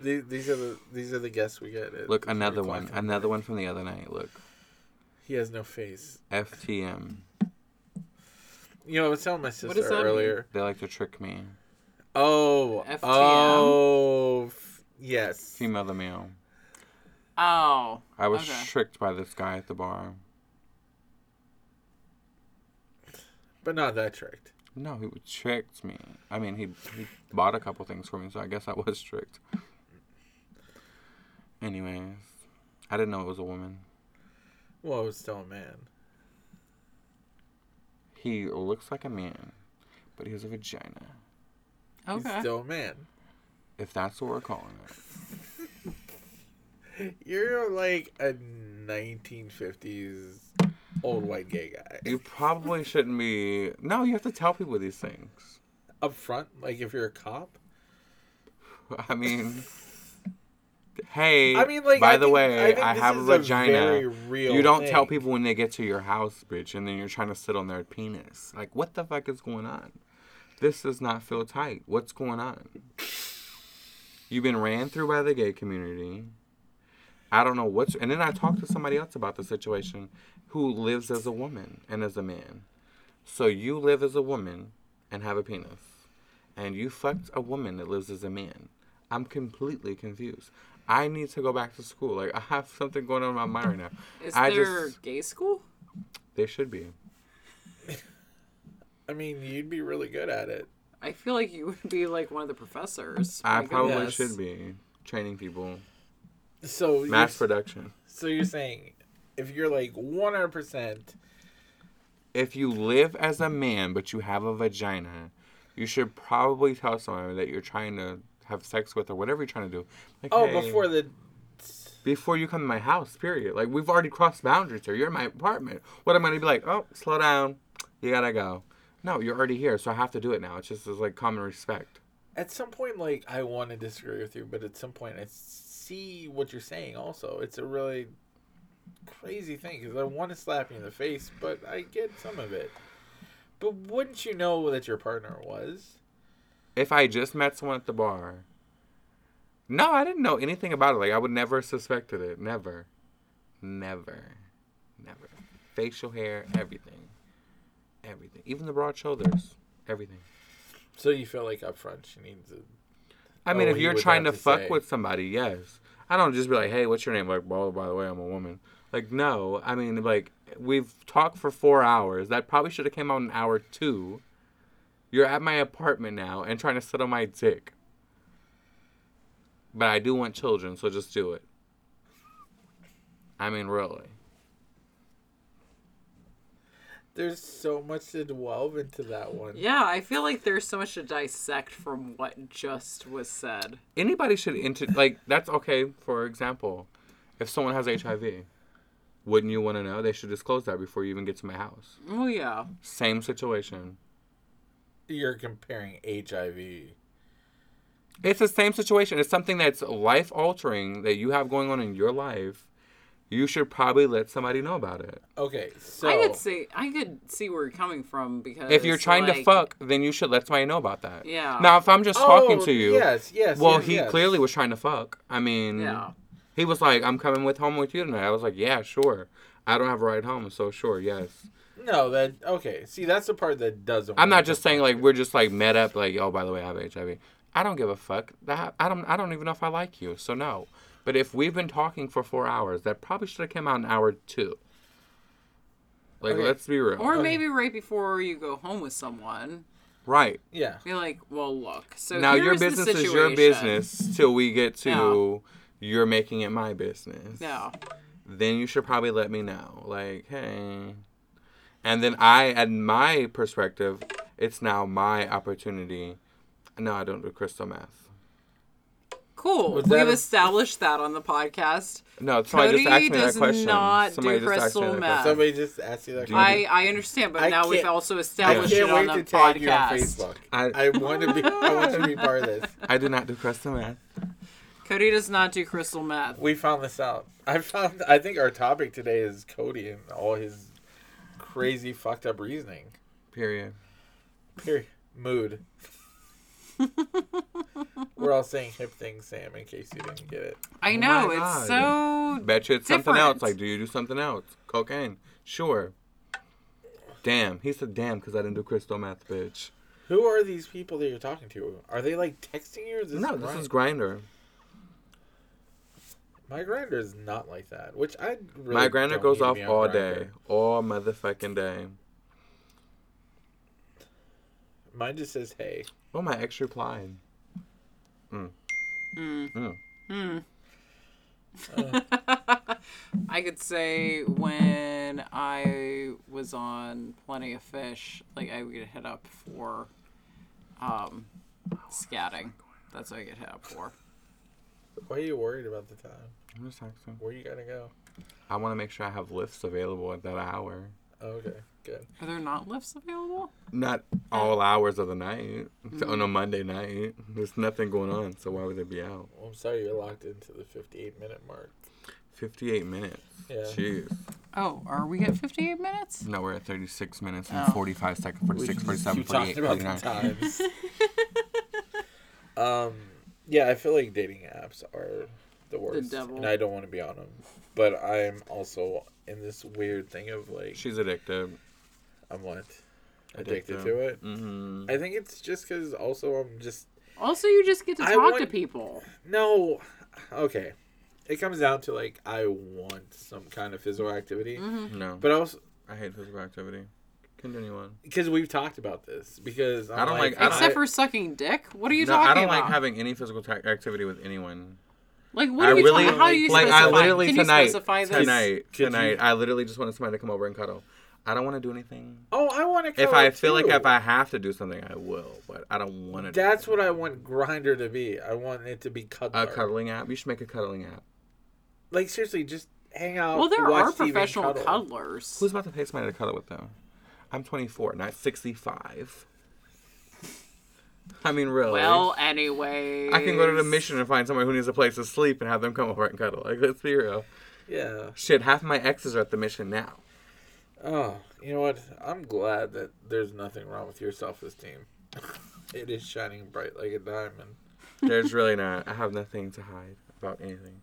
S3: these, these are the these are the guests we get. at
S2: Look,
S3: three
S2: another
S3: o'clock
S2: one.
S3: in the morning.
S2: Another one from the other night. Look,
S3: He has no face.
S2: FTM.
S3: You know, I was telling my sister
S1: does that mean?
S3: earlier.
S2: They like to trick me.
S3: Oh,
S1: FTM?
S3: oh, f- yes.
S2: Female the meal.
S1: Oh.
S2: I was
S1: Okay.
S2: tricked by this guy at the bar.
S3: But not that tricked.
S2: No, he tricked me. I mean, he, he bought a couple things for me, so I guess I was tricked. Anyways, I didn't know it was a woman.
S3: Well, it was still a man.
S2: He looks like a man, but he has a vagina.
S1: Okay.
S3: He's still a man.
S2: If that's what we're calling it.
S3: You're like a 1950s old white gay guy.
S2: You probably shouldn't be. No, you have to tell people these things.
S3: Up front, like if you're a cop.
S2: I mean, hey.
S3: I mean, like
S2: By
S3: I
S2: the
S3: think- I
S2: way,
S3: think
S2: I,
S3: this
S2: have a
S3: is
S2: vagina.
S3: very real
S2: you don't tell
S3: thing.
S2: people when they get to your house, bitch, and then you're trying to sit on their penis. Like, what the fuck is going on? This does not feel tight. What's going on? You've been ran through by the gay community. I don't know what's. And then I talked to somebody else about the situation who lives as a woman and as a man. So you live as a woman and have a penis. And you fucked a woman that lives as a man. I'm completely confused. I need to go back to school. Like, I have something going on in my mind right now.
S1: Is
S2: I
S1: there Oh
S2: just.
S1: gay school?
S2: They should be.
S3: I mean, you'd be really good at it.
S1: I feel like you would be like one of the professors.
S2: I
S1: My
S2: probably
S1: goodness.
S3: Yes.
S2: should be training people.
S3: So you're,
S2: Mass production.
S3: so you're saying if you're like 100 percent
S2: If you live as a man but you have a vagina, you should probably tell someone that you're trying to have sex with or whatever you're trying to do. Like,
S3: oh
S2: hey,
S3: before the
S2: before you come to my house, period. Like we've already crossed boundaries here. You're in my apartment. What am I gonna be like? Oh, slow down. You gotta go. No, you're already here, so I have to do it now. It's just it's like common respect.
S3: at some point like I want to disagree with you, but at some point I see what you're saying. Also, it's a really crazy thing because I want to slap you in the face, but I get some of it. But wouldn't you know that your partner was?
S2: If I just met someone at the bar, no, I didn't know anything about it. Like I would never suspected it. Never, never, never. Facial hair, everything, everything. Even the broad shoulders, everything.
S3: So you feel like up front she needs to
S2: I mean,
S3: Oh,
S2: if
S3: he
S2: you're
S3: would
S2: trying to,
S3: have to
S2: fuck
S3: say.
S2: with somebody, yes. I don't just be like, hey, what's your name? Like, well, by the way, I'm a woman. Like, no. I mean, like, we've talked for four hours. That probably should have came out in hour two. You're at my apartment now and trying to sit on my dick. But I do want children, so just do it. I mean, really.
S3: There's so much to delve into that one.
S1: Yeah, I feel like there's so much to dissect from what just was said.
S2: Anybody should enter. Like, that's okay. For example, if someone has HIV, wouldn't you want to know? They should disclose that before you even get to my house.
S1: Oh yeah.
S2: Same situation.
S3: You're comparing HIV.
S2: It's the same situation. It's something that's life altering that you have going on in your life. You should probably let somebody know about it.
S3: Okay, so
S1: I could see I could see where you're coming from because
S2: If you're trying to
S1: like,
S2: fuck, then you should let somebody know about that.
S1: Yeah.
S2: Now, if I'm just talking
S3: Oh,
S2: to you,
S3: Yes, yes.
S2: well,
S3: yes,
S2: he
S3: yes.
S2: clearly was trying to fuck. I mean,
S1: Yeah.
S2: he was like, "I'm coming with home with you tonight." I was like, "Yeah, sure." I don't have a ride home, so sure, yes.
S3: No, that okay. See, that's the part that doesn't.
S2: I'm not
S3: work.
S2: just saying like we're just like met up like, "Oh, by the way, I have HIV." I don't give a fuck. I, I don't. I don't even know if I like you. So no. But if we've been talking for four hours, that probably should have come out in hour two. Like,
S3: Okay.
S2: let's be real.
S1: Or maybe right before you go home with someone,
S2: right.
S3: Yeah.
S1: you're like, well, look. So
S2: now your
S1: here's the
S2: business is your
S1: situation.
S2: business till we get to
S1: No.
S2: you're making it my business.
S1: No.
S2: Then you should probably let me know. Like, hey. And then I at my perspective, it's now my opportunity. No, I don't do crystal meth.
S1: Cool.
S3: Was that
S1: We've
S3: a-
S1: estabody that on the podcast.
S2: No, somebody just asked
S1: Cody
S2: me that
S1: does
S2: question.
S1: not do
S2: somebody just asked me
S1: crystal
S2: that
S1: meth.
S2: question.
S3: Somebody just asked you that. question.
S1: I, I understand, but
S3: I
S1: now we've
S3: can't-
S1: also
S3: I
S1: established it
S3: can't
S1: on
S3: wait
S1: the
S3: to tag you on
S1: podcast.
S3: Facebook.
S2: I,
S3: I want to be. I want you to be part of this.
S2: I do not do crystal meth.
S1: Cody does not do crystal meth.
S3: We found this out. I found. I think our topic today is Cody and all his crazy fucked up reasoning.
S2: Period.
S3: Period. Mood. We're all saying hip things, Sam, in case you didn't get it.
S1: I
S2: my
S1: know it's so.
S2: Bet you it's something
S1: Different.
S2: else. Like, do you do something else? Cocaine. Sure. Damn. He said damn because I didn't do crystal meth, bitch.
S3: Who are these people that you're talking to? Are they like texting you? Or is this
S2: no, this
S3: Ryan?
S2: is grinder.
S3: my grinder is not like that. Which I really
S2: My grinder
S3: don't
S2: goes
S3: need to
S2: off
S3: be on
S2: all
S3: Grindr.
S2: day. All motherfucking day.
S3: Mine just says hey.
S2: Oh my ex replied.
S1: I could say when I was on Plenty of Fish, like I would get hit up for um, scatting. That's what I get hit up for.
S3: Why are you worried about the time?
S2: I'm just texting.
S3: Where you gotta go?
S2: I want to make sure I have lifts available at that hour.
S3: Oh, okay, good.
S1: Are there not lifts available?
S2: Not all hours of the night. It's
S1: Mm-hmm.
S2: On a Monday night, there's nothing going on, so why would they be out?
S3: Well, I'm sorry you're locked into the 58 minute mark.
S2: 58 minutes.
S3: Yeah.
S2: Jeez.
S1: Oh, are we at 58 minutes?
S2: No, we're at 36 minutes
S1: Oh.
S2: and 45 seconds, 46, 47,
S3: Keep talking
S2: 48,
S3: about the
S2: 49.
S3: times. um, yeah, I feel like dating apps are the worst,
S1: devil.
S3: and I don't want to be on them. But I'm also in this weird thing of like
S2: She's addicted.
S3: I'm what
S2: Addicted.
S3: addicted, to it.
S2: Mm-hmm.
S3: I think it's just because also I'm just
S1: Also, you just get to
S3: I
S1: talk to
S3: want-
S1: people.
S3: No. Okay. It comes down to like I want some kind of physical activity,
S1: Mm-hmm.
S2: No.
S3: but also
S2: I hate physical activity. Continue on.
S3: because we've talked about this because I'm
S2: I don't like- I don't-
S1: Except for sucking dick. What are you
S2: no,
S1: talking
S2: I don't
S1: about?
S2: like having any physical ta- activity with anyone.
S1: like, what
S2: I
S1: are you
S2: really
S1: talking? How do you
S2: like.
S1: specify?
S2: I literally
S1: Can
S2: tonight,
S1: you specify this?
S2: tonight,
S3: Could you-
S2: tonight. I literally just wanted somebody to come over and cuddle. I don't want to do anything.
S3: oh I want to
S2: If I feel like if I have to do something, I will. But I don't want to.
S3: that's
S2: do it.
S3: what I want grinder to be I want it to be cuddler
S2: A cuddling app. You should make a cuddling app.
S3: like seriously just hang out
S1: Well, there
S3: watch
S1: are
S3: TV and
S1: professional
S3: cuddle.
S1: cuddlers.
S2: Who's about to pay somebody to cuddle with them? I'm 24, not 65. I mean, really.
S1: Well, anyway,
S2: I can go to the mission and find someone who needs a place to sleep and have them come over and cuddle. Like, let's be real.
S3: yeah
S2: Shit, half my exes are at the mission now.
S3: oh you know what I'm glad that there's nothing wrong with your self esteem it is shining bright like a diamond
S2: There's really not. I have nothing to hide about anything.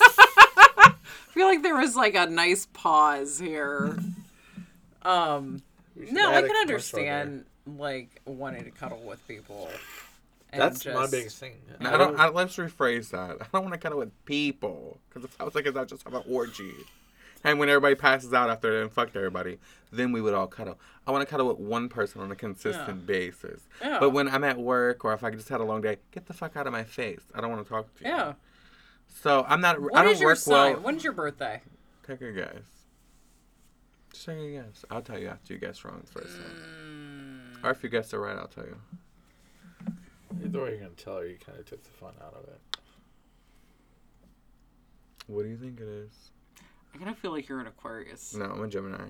S1: I feel like there was like a nice pause here. um,
S3: We should
S1: no,
S3: add
S1: I can
S3: a commercial
S1: understand like wanting to cuddle with people.
S3: there.
S1: and
S3: that's my
S1: just-
S3: biggest thing
S2: I don't. I, let's rephrase that. I don't want to cuddle with people because if I was like, I just have an orgy, and when everybody passes out after and fucked everybody, then we would all cuddle. I want to cuddle with one person on a consistent basis.
S1: Yeah.
S2: But when I'm at work or if I just had a long day, get the fuck out of my face. I don't want to talk to you.
S1: Yeah.
S2: So I'm not. I
S1: What
S2: don't
S1: is your
S2: work
S1: sign?
S2: well.
S1: When's your birthday?
S2: Take a guess. Just take a guess. I'll tell you after you guess wrong the first time.
S1: Mm.
S2: Or if you guessed it right, I'll tell you.
S3: Either way, you're gonna tell her you kind of took the fun out of it.
S2: What do you think it is?
S1: I kind of feel like you're an Aquarius.
S2: No, I'm a Gemini.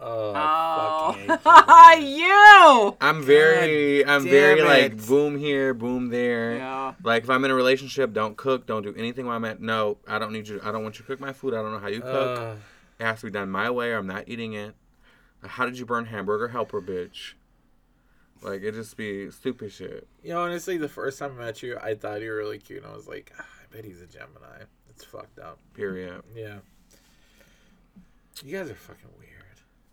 S3: Oh,
S1: Oh,
S3: fucking hate you.
S1: you.
S2: I'm very, I'm very
S3: damn
S2: like
S3: it.
S2: boom here, boom there.
S1: Yeah.
S2: Like if I'm in a relationship, don't cook, don't do anything while I'm at. No, I don't need you. I don't want you to cook my food. I don't know how you cook.
S3: Uh,
S2: It has to be done my way, or I'm not eating it. How did you burn hamburger helper, bitch? Like it just be stupid shit.
S3: you know, honestly, the first time I met you, I thought you were really cute, and I was like, "Ah, I bet he's a Gemini. It's fucked up.
S2: Period.
S3: Yeah. You guys are fucking weird.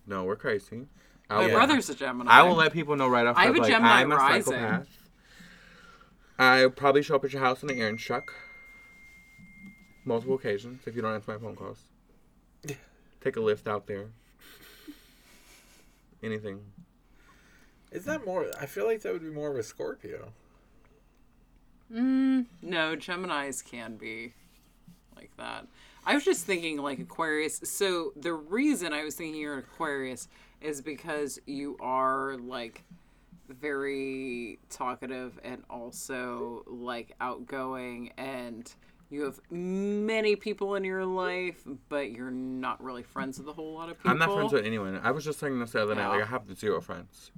S2: No, we're crazy. I
S1: My
S2: will-
S1: brother's a Gemini.
S2: I will let people know right off.
S1: I have
S2: the
S1: a
S2: bat, like,
S1: Gemini
S2: I'm a
S1: rising.
S2: psychopath. I probably show up at your house in an errand truck. Multiple occasions if you don't answer my phone calls. Take a lift out there. Anything.
S3: Is that more? I feel like that would be more of a Scorpio.
S1: Mm, no, Geminis can be like that. I was just thinking like Aquarius. So the reason I was thinking you're an Aquarius is because you are like very talkative and also like outgoing and you have many people in your life, but you're not really friends with a whole lot of people.
S2: I'm not friends with anyone. I was just saying this the other night. Like
S1: Yeah.
S2: I have zero friends,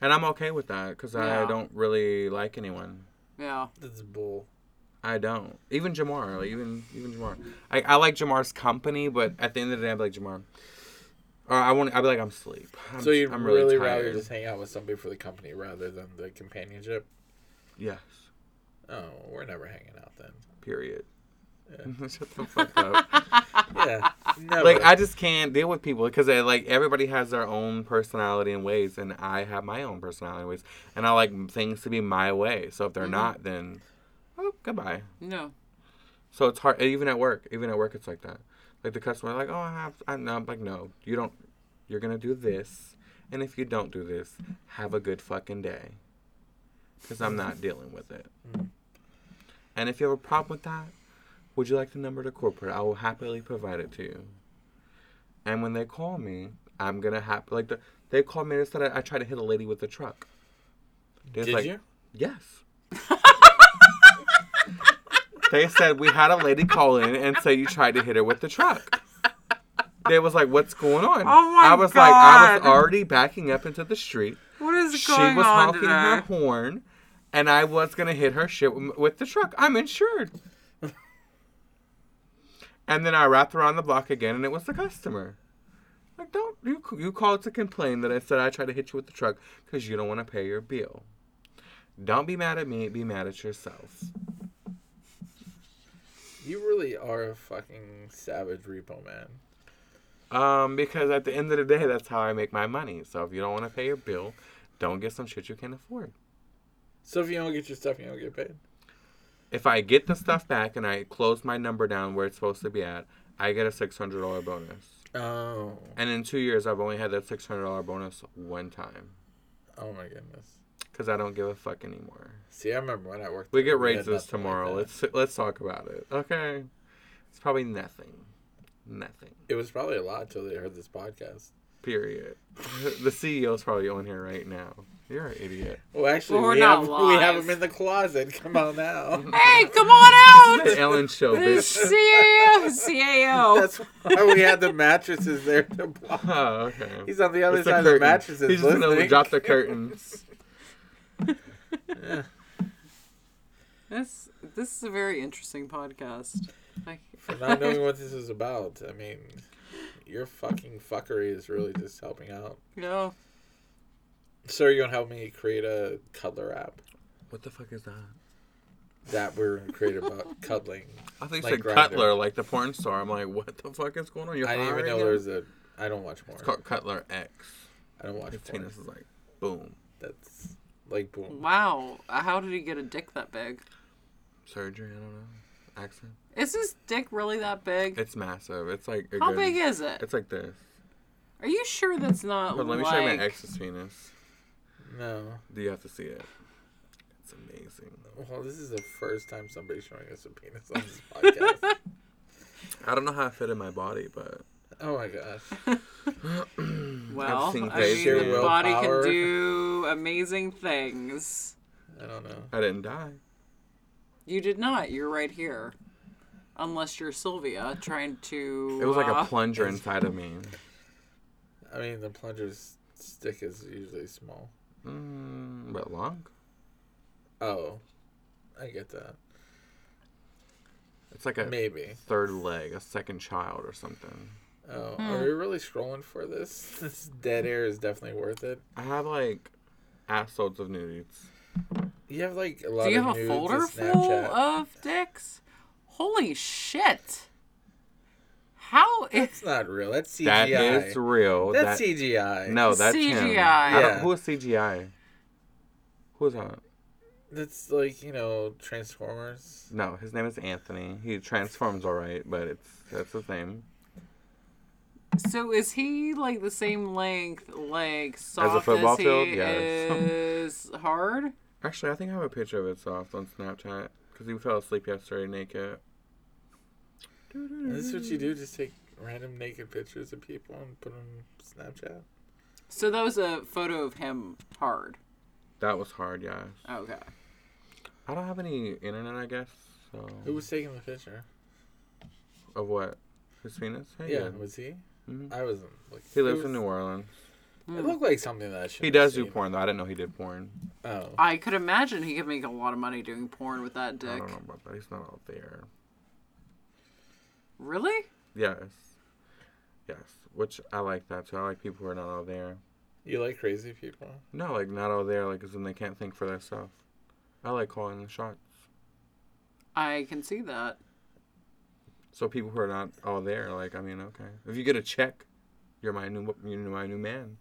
S2: and I'm okay with that because I
S1: Yeah.
S2: don't really like anyone.
S1: Yeah.
S3: That's bull.
S2: I don't. Even Jamar. Like even even Jamar. I, I like Jamar's company, but at the end of the day, I'd be like Jamar. Or I want. I'd be like I'm asleep. I'm,
S3: so you'd
S2: I'm
S3: really, rather just hang out with somebody for the company rather than the companionship?
S2: Yes.
S3: Oh, we're never hanging out then.
S2: Period. Shut the fuck up.
S3: Yeah, never.
S2: like I just can't deal with people because like everybody has their own personality and ways, and I have my own personality and ways, and I like things to be my way. So if
S3: Mm-hmm.
S2: they're not, then oh goodbye.
S1: No.
S2: So it's hard. Even at work, even at work, it's like that. Like the customer, like, oh, I have, I'm not. I'm like, no, you don't. You're gonna do this, and if you don't do this, have a good fucking day. Cause I'm not dealing with it. And if you have a problem with that, would you like the number to corporate? I will happily provide it to you. And when they call me, I'm gonna have like the, they called me and said I, I tried to hit a lady with a truck. They was
S3: did
S2: like,
S3: you?
S2: Yes. they said we had a lady call in and say you tried to hit her with the truck. They was like, "What's going on?"
S1: Oh my
S2: I was like, I was
S1: God.
S2: already backing up into the street.
S1: What is
S2: She
S1: going
S2: was
S1: on
S2: honking
S1: today?
S2: her horn, and I was gonna hit her shit w- with the truck. I'm insured. and then I wrapped around the block again, and it was the customer. Like, don't you c- you called to complain that I said I tried to hit you with the truck because you don't want to pay your bill. Don't be mad at me. Be mad at yourself.
S3: You really are a fucking savage repo man.
S2: Um, because at the end of the day, that's how I make my money. So if you don't want to pay your bill, don't get some shit you can't afford.
S3: So if you don't get your stuff, you don't get paid.
S2: if I get the stuff back and I close my number down where it's supposed to be at, I get a six hundred dollar bonus.
S3: Oh,
S2: And in two years, I've only had that six hundred dollar bonus one time
S3: oh my goodness.
S2: because I don't give a fuck anymore.
S3: See, I remember when I worked.
S2: We get
S3: there, had
S2: raises
S3: nothing like
S2: tomorrow.
S3: that.
S2: let's let's talk about it. Okay, it's probably nothing, nothing.
S3: It was probably a lot till they heard this podcast.
S2: Period. the CEO's probably on here right now. You're an idiot.
S3: Well, actually,
S1: Well, we're
S3: we,
S1: not
S3: have, we have
S1: live.
S3: them in the closet. Come on now.
S1: Hey, come on out!
S2: The Ellen Show, bitch.
S1: CAO, CAO.
S3: That's why we had the mattresses there to block.
S2: Oh, okay.
S3: He's on the other
S2: It's
S3: side of the
S2: curtain.
S3: mattresses.
S2: He's just gonna
S3: listening.
S2: drop the curtains.
S1: This this is a very interesting podcast. Like,
S3: Not knowing what this is about. I mean, your fucking fuckery is really just helping out.
S1: you know,
S3: So are you gonna help me create a cuddler app
S2: What the fuck is that?
S3: that we're gonna create about cuddling?
S2: I thought you
S3: Like
S2: said
S3: Grindr.
S2: Cutler, like the porn star. I'm like, what the fuck is going on? You're
S3: I didn't even
S2: hiring
S3: know
S2: him?
S3: there was a. I don't watch
S2: It's
S3: porn.
S2: called Cutler X.
S3: I don't watch
S2: His
S3: porn.
S2: penis is like, boom,
S3: That's like boom.
S1: wow, how did he get a dick that big?
S2: surgery. I don't know, accent.
S1: Is his dick really that big?
S2: It's massive. It's like a
S1: How
S2: good-
S1: big is it?
S2: It's like this.
S1: Are you sure that's not
S2: Hold on, let me
S1: like?
S2: show you my ex's penis.
S3: No.
S2: Do you have to see it? It's amazing.
S3: Well, this is the first time somebody's showing us a penis on this podcast.
S2: I don't know how it fit in my body, but
S3: oh my gosh.
S1: well,
S2: I've seen
S1: I mean,
S2: Sheer
S1: the body
S3: willpower.
S1: can do amazing things.
S3: I don't know.
S2: I didn't die.
S1: You did not. You're right here. Unless you're Sylvia trying to.
S2: It was like a
S1: uh,
S2: plunger inside of me.
S3: I mean, the plunger's stick is usually small.
S2: Mm, but long.
S3: Oh, I get that.
S2: It's like a
S3: Maybe.
S2: third leg, a second child or something.
S3: Oh,
S1: Hmm.
S3: are we really scrolling for this? This dead air is definitely worth it.
S2: I have like assholes of nudes.
S3: You have like a lot
S1: Do you
S3: of
S1: have a
S3: nudes in
S1: folder full
S3: Snapchat.
S1: of dicks? Holy shit! How real.
S3: It's not real. That's CGI.
S2: That is real.
S3: That's
S2: that,
S3: CGI.
S2: No, that's him.
S1: CGI.
S2: I don't-
S3: Yeah.
S2: Who is CGI? Who is uh, that?
S3: That's like, you know, Transformers.
S2: No, his name is Anthony. He transforms all right, but it's that's his name.
S1: So is he like the same length, like soft
S2: a
S1: as,
S2: football
S1: he
S2: field? Yes.
S1: is hard?
S2: Actually, I think I have a picture of it soft on Snapchat because he fell asleep yesterday naked.
S3: Is this what you
S1: Hmm.
S3: do? Just take random naked pictures of people and put them on Snapchat?
S1: So that was a photo of him hard.
S2: That was hard, yeah.
S1: Okay.
S2: I don't have any internet, I guess. So
S3: Who was taking the picture?
S2: of what? His penis? Hey,
S3: Yeah, was he?
S2: Mhm.
S3: I wasn't. Like,
S2: He
S3: it
S2: lives
S3: was-
S2: in New Orleans.
S3: It looked like something that I should
S2: He does do porn though. I didn't know he did porn.
S3: Oh.
S1: I could imagine he could make a lot of money doing porn with that
S2: I
S1: dick.
S2: don't know about that. He's not out there.
S1: Really?
S2: Yes. Yes. Which I like that too. I like people who are not all there.
S3: You like crazy people?
S2: No, like not all there, like as in they can't think for their stuff. I like calling the shots.
S1: I can see that.
S2: So people who are not all there, like I mean, okay. If you get a check, you're my new you're my new man.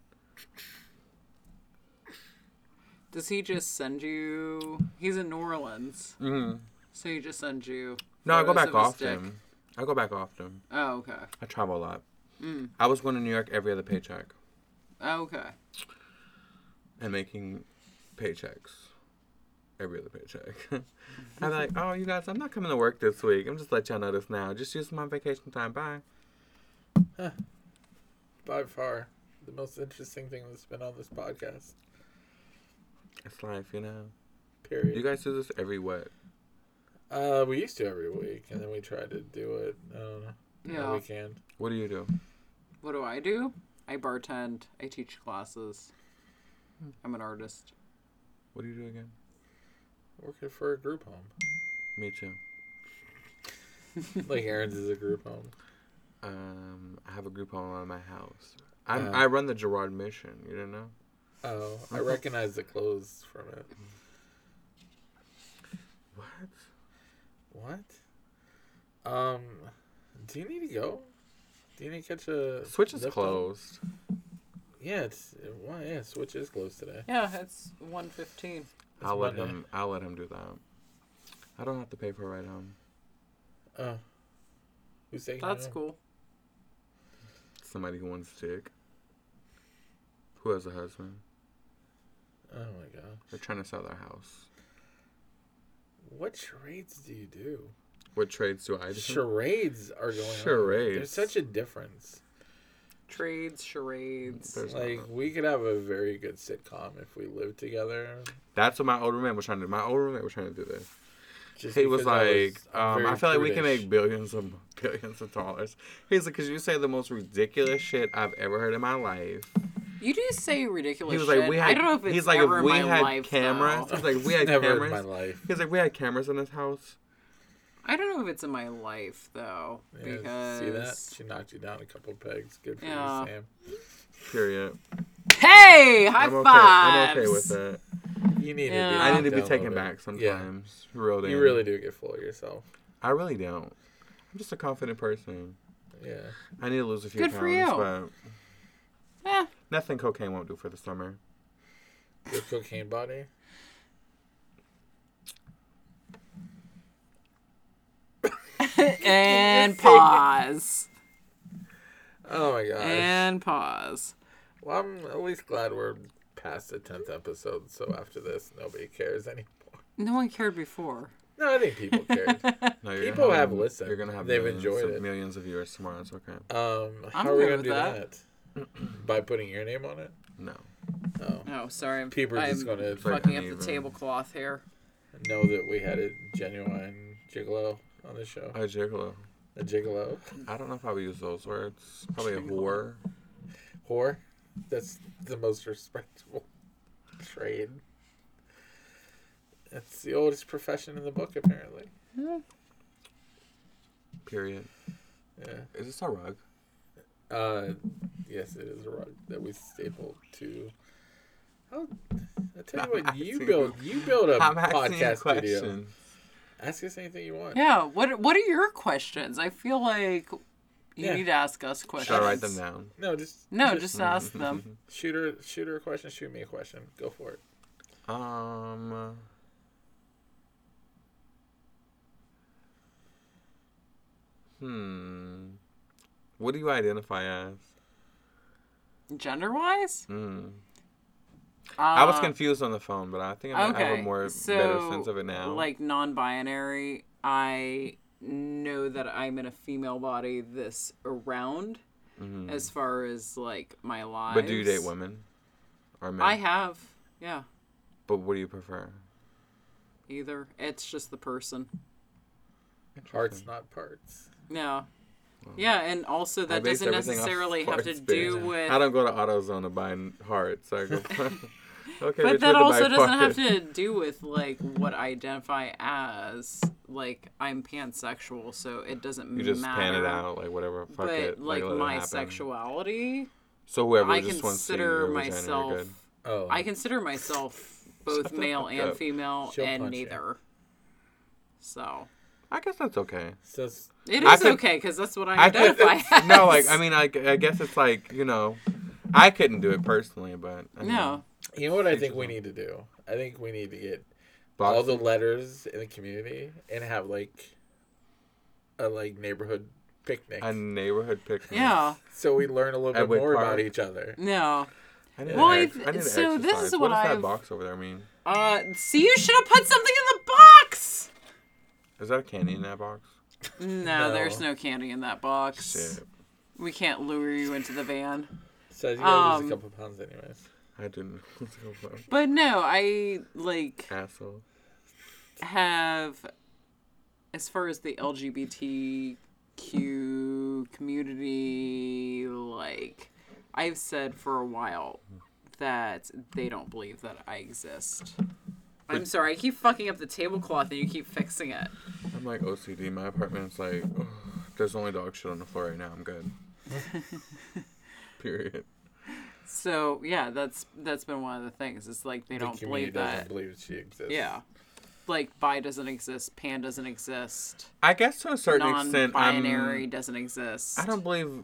S1: Does he just send you? He's in New Orleans,
S2: Mm-hmm.
S1: so he just sends you.
S2: No, I go
S1: photos
S2: back
S1: of his
S2: off
S1: dick.
S2: them. I go back off them.
S1: Oh, okay.
S2: I travel a lot. I was going to New York every other paycheck
S1: Oh, okay.
S2: and making paychecks. Every other paycheck. I'm like, oh, you guys, I'm not coming to work this week. I'm just letting y'all know this now. Just use my vacation time. Bye.
S3: By far, the most interesting thing that's been on this podcast.
S2: It's life, you know.
S3: Period.
S2: You guys do this every what?
S3: Uh, we used to every week, and then we tried to do it uh, on
S1: Yeah.
S3: the weekend.
S2: What do you do?
S1: What do I do? I bartend. I teach classes. I'm an artist.
S2: What do you do again?
S3: Working for a group home,
S2: Me too.
S3: like Aaron's is a group home.
S2: Um, I have a group home on my house. I'm,
S3: Oh.
S2: I run the Gerard Mission. You didn't know?
S3: Oh, I
S2: Mm-hmm.
S3: recognize the clothes from it.
S2: What?
S3: What? Um, do you need to go? Do you need to catch a
S2: Switch is
S3: lift home?
S2: closed.
S3: Yeah, it's well, yeah. Switch is closed today.
S1: Yeah, it's 1:15.
S3: It's
S2: I'll let
S3: Monday.
S2: him. I'll let him do that. I don't have to pay for a ride home.
S3: Oh, who's taking? it
S1: That's
S3: home?
S1: cool.
S2: Somebody who wants a dick. Who has a husband?
S3: Oh my god,
S2: They're trying to sell their house.
S3: what charades do you do?
S2: What trades do I do?
S3: Charades are going. On.
S2: Charades.
S3: There's such a difference.
S1: Trades, charades.
S2: There's
S3: Like
S2: not-
S3: we could have a very good sitcom if we lived together.
S2: That's what my old roommate was trying to do. My old roommate was trying to do this.
S3: Just
S2: He was
S3: because I was
S2: like, um,
S3: very
S2: I feel like we can
S3: prudish.
S2: make billions of billions of dollars. He's like, because you say the most ridiculous shit I've ever heard in my life.
S1: You do say ridiculous
S2: He was like,
S1: shit.
S2: we had.
S1: I don't know if it's
S2: he's like,
S1: ever
S2: if we
S1: in my
S2: had
S1: life,
S2: cameras.
S1: though.
S2: He's like, if we had
S3: Never
S2: cameras.
S3: in my life.
S2: He's like, we had cameras in this house.
S1: I don't know if it's in my life though,
S3: Yeah,
S1: because
S3: see that she knocked you down a couple pegs. Good for
S1: Yeah.
S3: you, Sam.
S2: Period.
S1: hey, high
S2: I'm okay.
S1: fives.
S2: I'm okay with that.
S3: You need to. Be
S1: Yeah.
S2: I need to be
S3: downloaded.
S2: taken back
S3: Yeah,
S2: sometimes. Real
S3: you really do get full of yourself.
S2: I really don't. I'm just a confident person.
S3: Yeah.
S2: I need to lose a few
S1: Good
S2: pounds,
S1: for you.
S2: but
S1: Eh,
S2: nothing cocaine won't do for the summer.
S3: Your cocaine body.
S1: and pause.
S3: Oh my gosh.
S1: And pause.
S3: Well, I'm at least glad we're past the tenth episode. So after this, nobody cares anymore.
S1: No one cared before.
S3: No, I think people cared.
S2: No, you're gonna
S3: People have
S2: a-
S3: listened.
S2: You're gonna have
S3: They've
S2: millions
S3: enjoyed
S2: of,
S3: it.
S2: millions of viewers tomorrow. It's okay.
S3: Um,
S1: I'm
S3: how are we
S1: okay
S3: gonna
S1: with
S3: do
S1: that.
S3: that? By putting your name on it?
S2: No,
S3: Oh,
S1: Oh, sorry. I'm,
S3: people are
S1: I'm
S3: just gonna
S2: like
S1: fucking up the
S2: uneven.
S1: tablecloth here.
S3: know that we had a genuine gigolo on the show.
S2: a gigolo.
S3: A gigolo
S2: I don't know if I would use those words. Probably a whore.
S3: whore. That's the most respectable trade. It's the oldest profession in the book, apparently.
S2: Period.
S3: Yeah.
S2: Is this a rug?
S3: Uh, yes, it is a rug that we stapled to. Oh, I tell you what, you
S2: asking-
S3: build you build a
S2: I'm asking you
S3: podcast studio.
S2: questions.
S3: Ask us anything you want.
S1: Yeah. What What are your questions? I feel like You
S3: Yeah.
S1: need to ask us
S2: Should
S1: questions.
S2: I write them down?
S3: No, just
S1: No, just uh, ask them.
S3: shoot her, shoot her a question. Shoot me a question. Go for it.
S2: Um. Hmm. What do you identify as?
S1: Gender wise?
S2: Hmm. I was confused on the phone, but I think I might have
S1: Uh, Okay.
S2: a more
S1: so,
S2: better sense of it now.
S1: Like non binary, I know that I'm in a female body this around
S2: Mhm.
S1: as far as like my lives.
S2: but do you date women or men?
S1: I have. Yeah.
S2: but what do you prefer?
S1: Either. It's just the person.
S3: Hearts, not parts.
S1: No. Yeah, and also
S2: I
S1: that
S2: base
S1: doesn't
S2: everything off
S1: necessarily have to
S2: parts,
S1: do
S2: bitch.
S1: with
S2: I don't go to AutoZone to buy n- hearts. I go. okay,
S1: But
S2: bitch,
S1: that
S2: what to
S1: also
S2: buy
S1: doesn't have
S2: parts?
S1: to do with like what I identify as. Like I'm pansexual, so it doesn't
S2: You just
S1: matter.
S2: pan it out, like whatever. Fuck
S1: But
S2: it.
S1: like,
S2: let it
S1: my
S2: happen.
S1: sexuality,
S2: So whoever
S1: I
S2: just wants to see
S1: consider
S2: your vagina, you're
S1: myself.
S2: good.
S3: Oh,
S1: I consider myself both male and
S2: up.
S1: female,
S3: She'll
S1: and
S3: punch you.
S1: neither. So
S2: I guess that's okay.
S3: so it's-
S1: it
S2: I
S1: is
S2: could-
S1: okay because that's what I,
S2: I could,
S1: identify as.
S2: no, like I mean, I, I guess it's like you know, I couldn't do it personally, but I mean,
S1: no,
S3: you know what I think we need to do. I think we need to get all
S2: box-
S3: the letters in the community and have like a like neighborhood picnic.
S2: a neighborhood picnic.
S1: yeah,
S3: so we learn a little bit
S2: Edward
S3: more
S2: Park.
S3: about each other.
S1: no.
S2: I need
S1: Well,
S2: to
S1: if-
S2: ex- I need to
S1: so this is
S2: exercise.
S1: what
S2: does that
S1: I've-
S2: box over there mean?
S1: Uh, see, you should have put something in the box.
S2: Is that a candy in that box?
S1: No,
S3: No.
S1: there's no candy in that box.
S2: Shit,
S1: We can't lure you into the van.
S3: So you gotta
S1: Um,
S3: lose a couple pounds anyways.
S2: I didn't.
S1: But no, I like
S2: Asshole.
S1: have as far as the LGBTQ community like I've said for a while that they don't believe that I exist. I'm sorry, I keep fucking up the tablecloth and you keep fixing it.
S2: I'm like OCD. My apartment's like, "Ugh, there's only dog shit on the floor right now. I'm good. Period.
S1: So yeah, that's that's been one of the things. It's like they don't
S3: the
S1: believe
S3: community doesn't
S1: that.
S3: believe she exists.
S1: Yeah. Like bi doesn't exist, pan doesn't exist,
S2: I guess to a certain extent, I'm.
S1: non-binary doesn't exist.
S2: I don't believe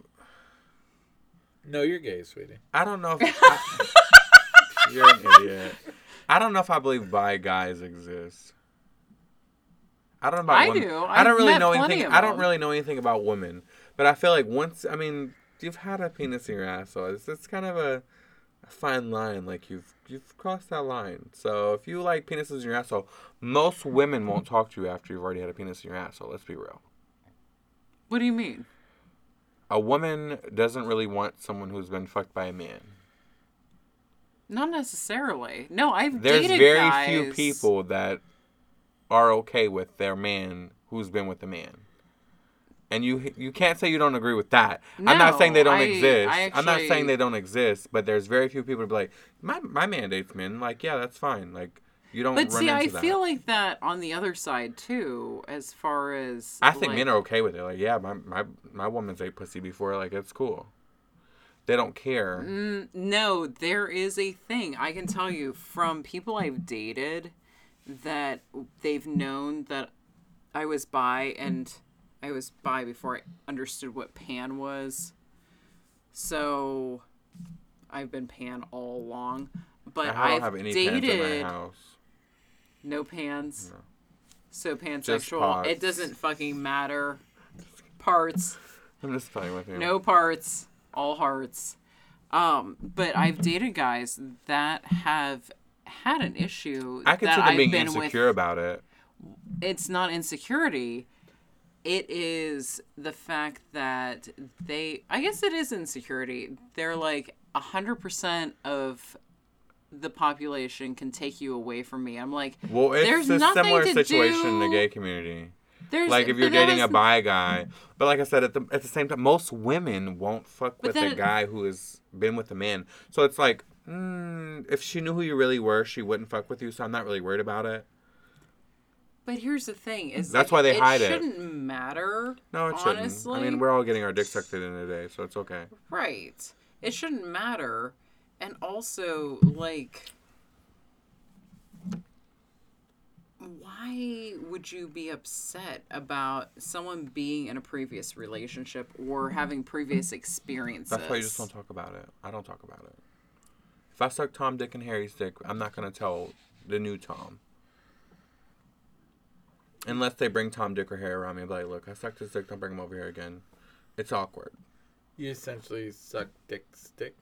S3: No, you're gay, sweetie.
S2: I don't know if I, you're an idiot. I don't know if I believe bi guys exist. I don't know about
S1: I
S2: women.
S1: do.
S2: I don't
S1: I've
S2: really
S1: met
S2: know
S1: plenty
S2: anything.
S1: of
S2: I don't
S1: them.
S2: really know anything about women, but I feel like once I mean you've had a penis in your asshole. It's, it's kind of a, a fine line. Like you've you've crossed that line. So if you like penises in your asshole, most women won't talk to you after you've already had a penis in your asshole. Let's be real.
S1: What do you mean?
S2: A woman doesn't really want someone who's been fucked by a man.
S1: Not necessarily. No, I've
S2: There's
S1: dated
S2: very
S1: guys.
S2: few people that are okay with their man who's been with a man. And you you can't say you don't agree with that. I'm not saying they
S1: No,
S2: don't
S1: I-
S2: exist.
S1: I
S2: I'm not saying
S1: actually-
S2: they don't exist, but there's very few people to be like, my my man dates men. Like, yeah, that's fine. Like, you don't.
S1: But
S2: run
S1: see,
S2: into
S1: I
S2: that.
S1: feel like that on the other side too, as far as
S2: I think
S1: like,
S2: men are okay with it. Like, yeah, my my my woman's ate pussy before. Like, it's cool. They don't care.
S1: Mm, No, there is a thing I can tell you from people I've dated that they've known that I was bi and I was bi before I understood what pan was. So I've been pan all along, but
S2: I don't
S1: I've
S2: have any
S1: dated
S2: pants in my house.
S1: No pans. So
S2: Just
S1: pansexual.
S2: parts.
S1: It doesn't fucking matter. Parts.
S2: I'm just playing with you.
S1: No parts. All hearts. Um, but I've dated guys that have had an issue
S2: I can
S1: that
S2: see them
S1: I've
S2: being
S1: been with
S2: insecure about it.
S1: it's not insecurity it is the fact that they i guess it is insecurity they're like 100% of the population can take you away from me i'm like
S2: Well, it's
S1: there's
S2: a
S1: nothing
S2: similar
S1: to
S2: situation
S1: do.
S2: in the gay community.
S1: there's,
S2: Like if
S1: but
S2: you're
S1: that
S2: dating a
S1: is-
S2: bi guy, but like I said, at the at the same time, most women won't fuck with a
S1: then-
S2: guy who has been with a man. So it's like, mm, if she knew who you really were, she wouldn't fuck with you. So I'm not really worried about it.
S1: but here's the thing is
S2: That's
S1: like,
S2: why they hide it.
S1: it shouldn't matter
S2: No, it
S1: Honestly-
S2: shouldn't. I mean, we're all getting our dick sucked at the end of the day, so it's okay.
S1: Right. It shouldn't matter. And also, like, why would you be upset about someone being in a previous relationship or having previous experiences?
S2: That's why you just don't talk about it. I don't talk about it. If I suck Tom, Dick, and Harry's dick, I'm not gonna tell the new Tom. Unless they bring Tom, Dick, or Harry around me and be like, look, I sucked his dick, don't bring him over here again. It's awkward.
S3: You essentially suck dick stick.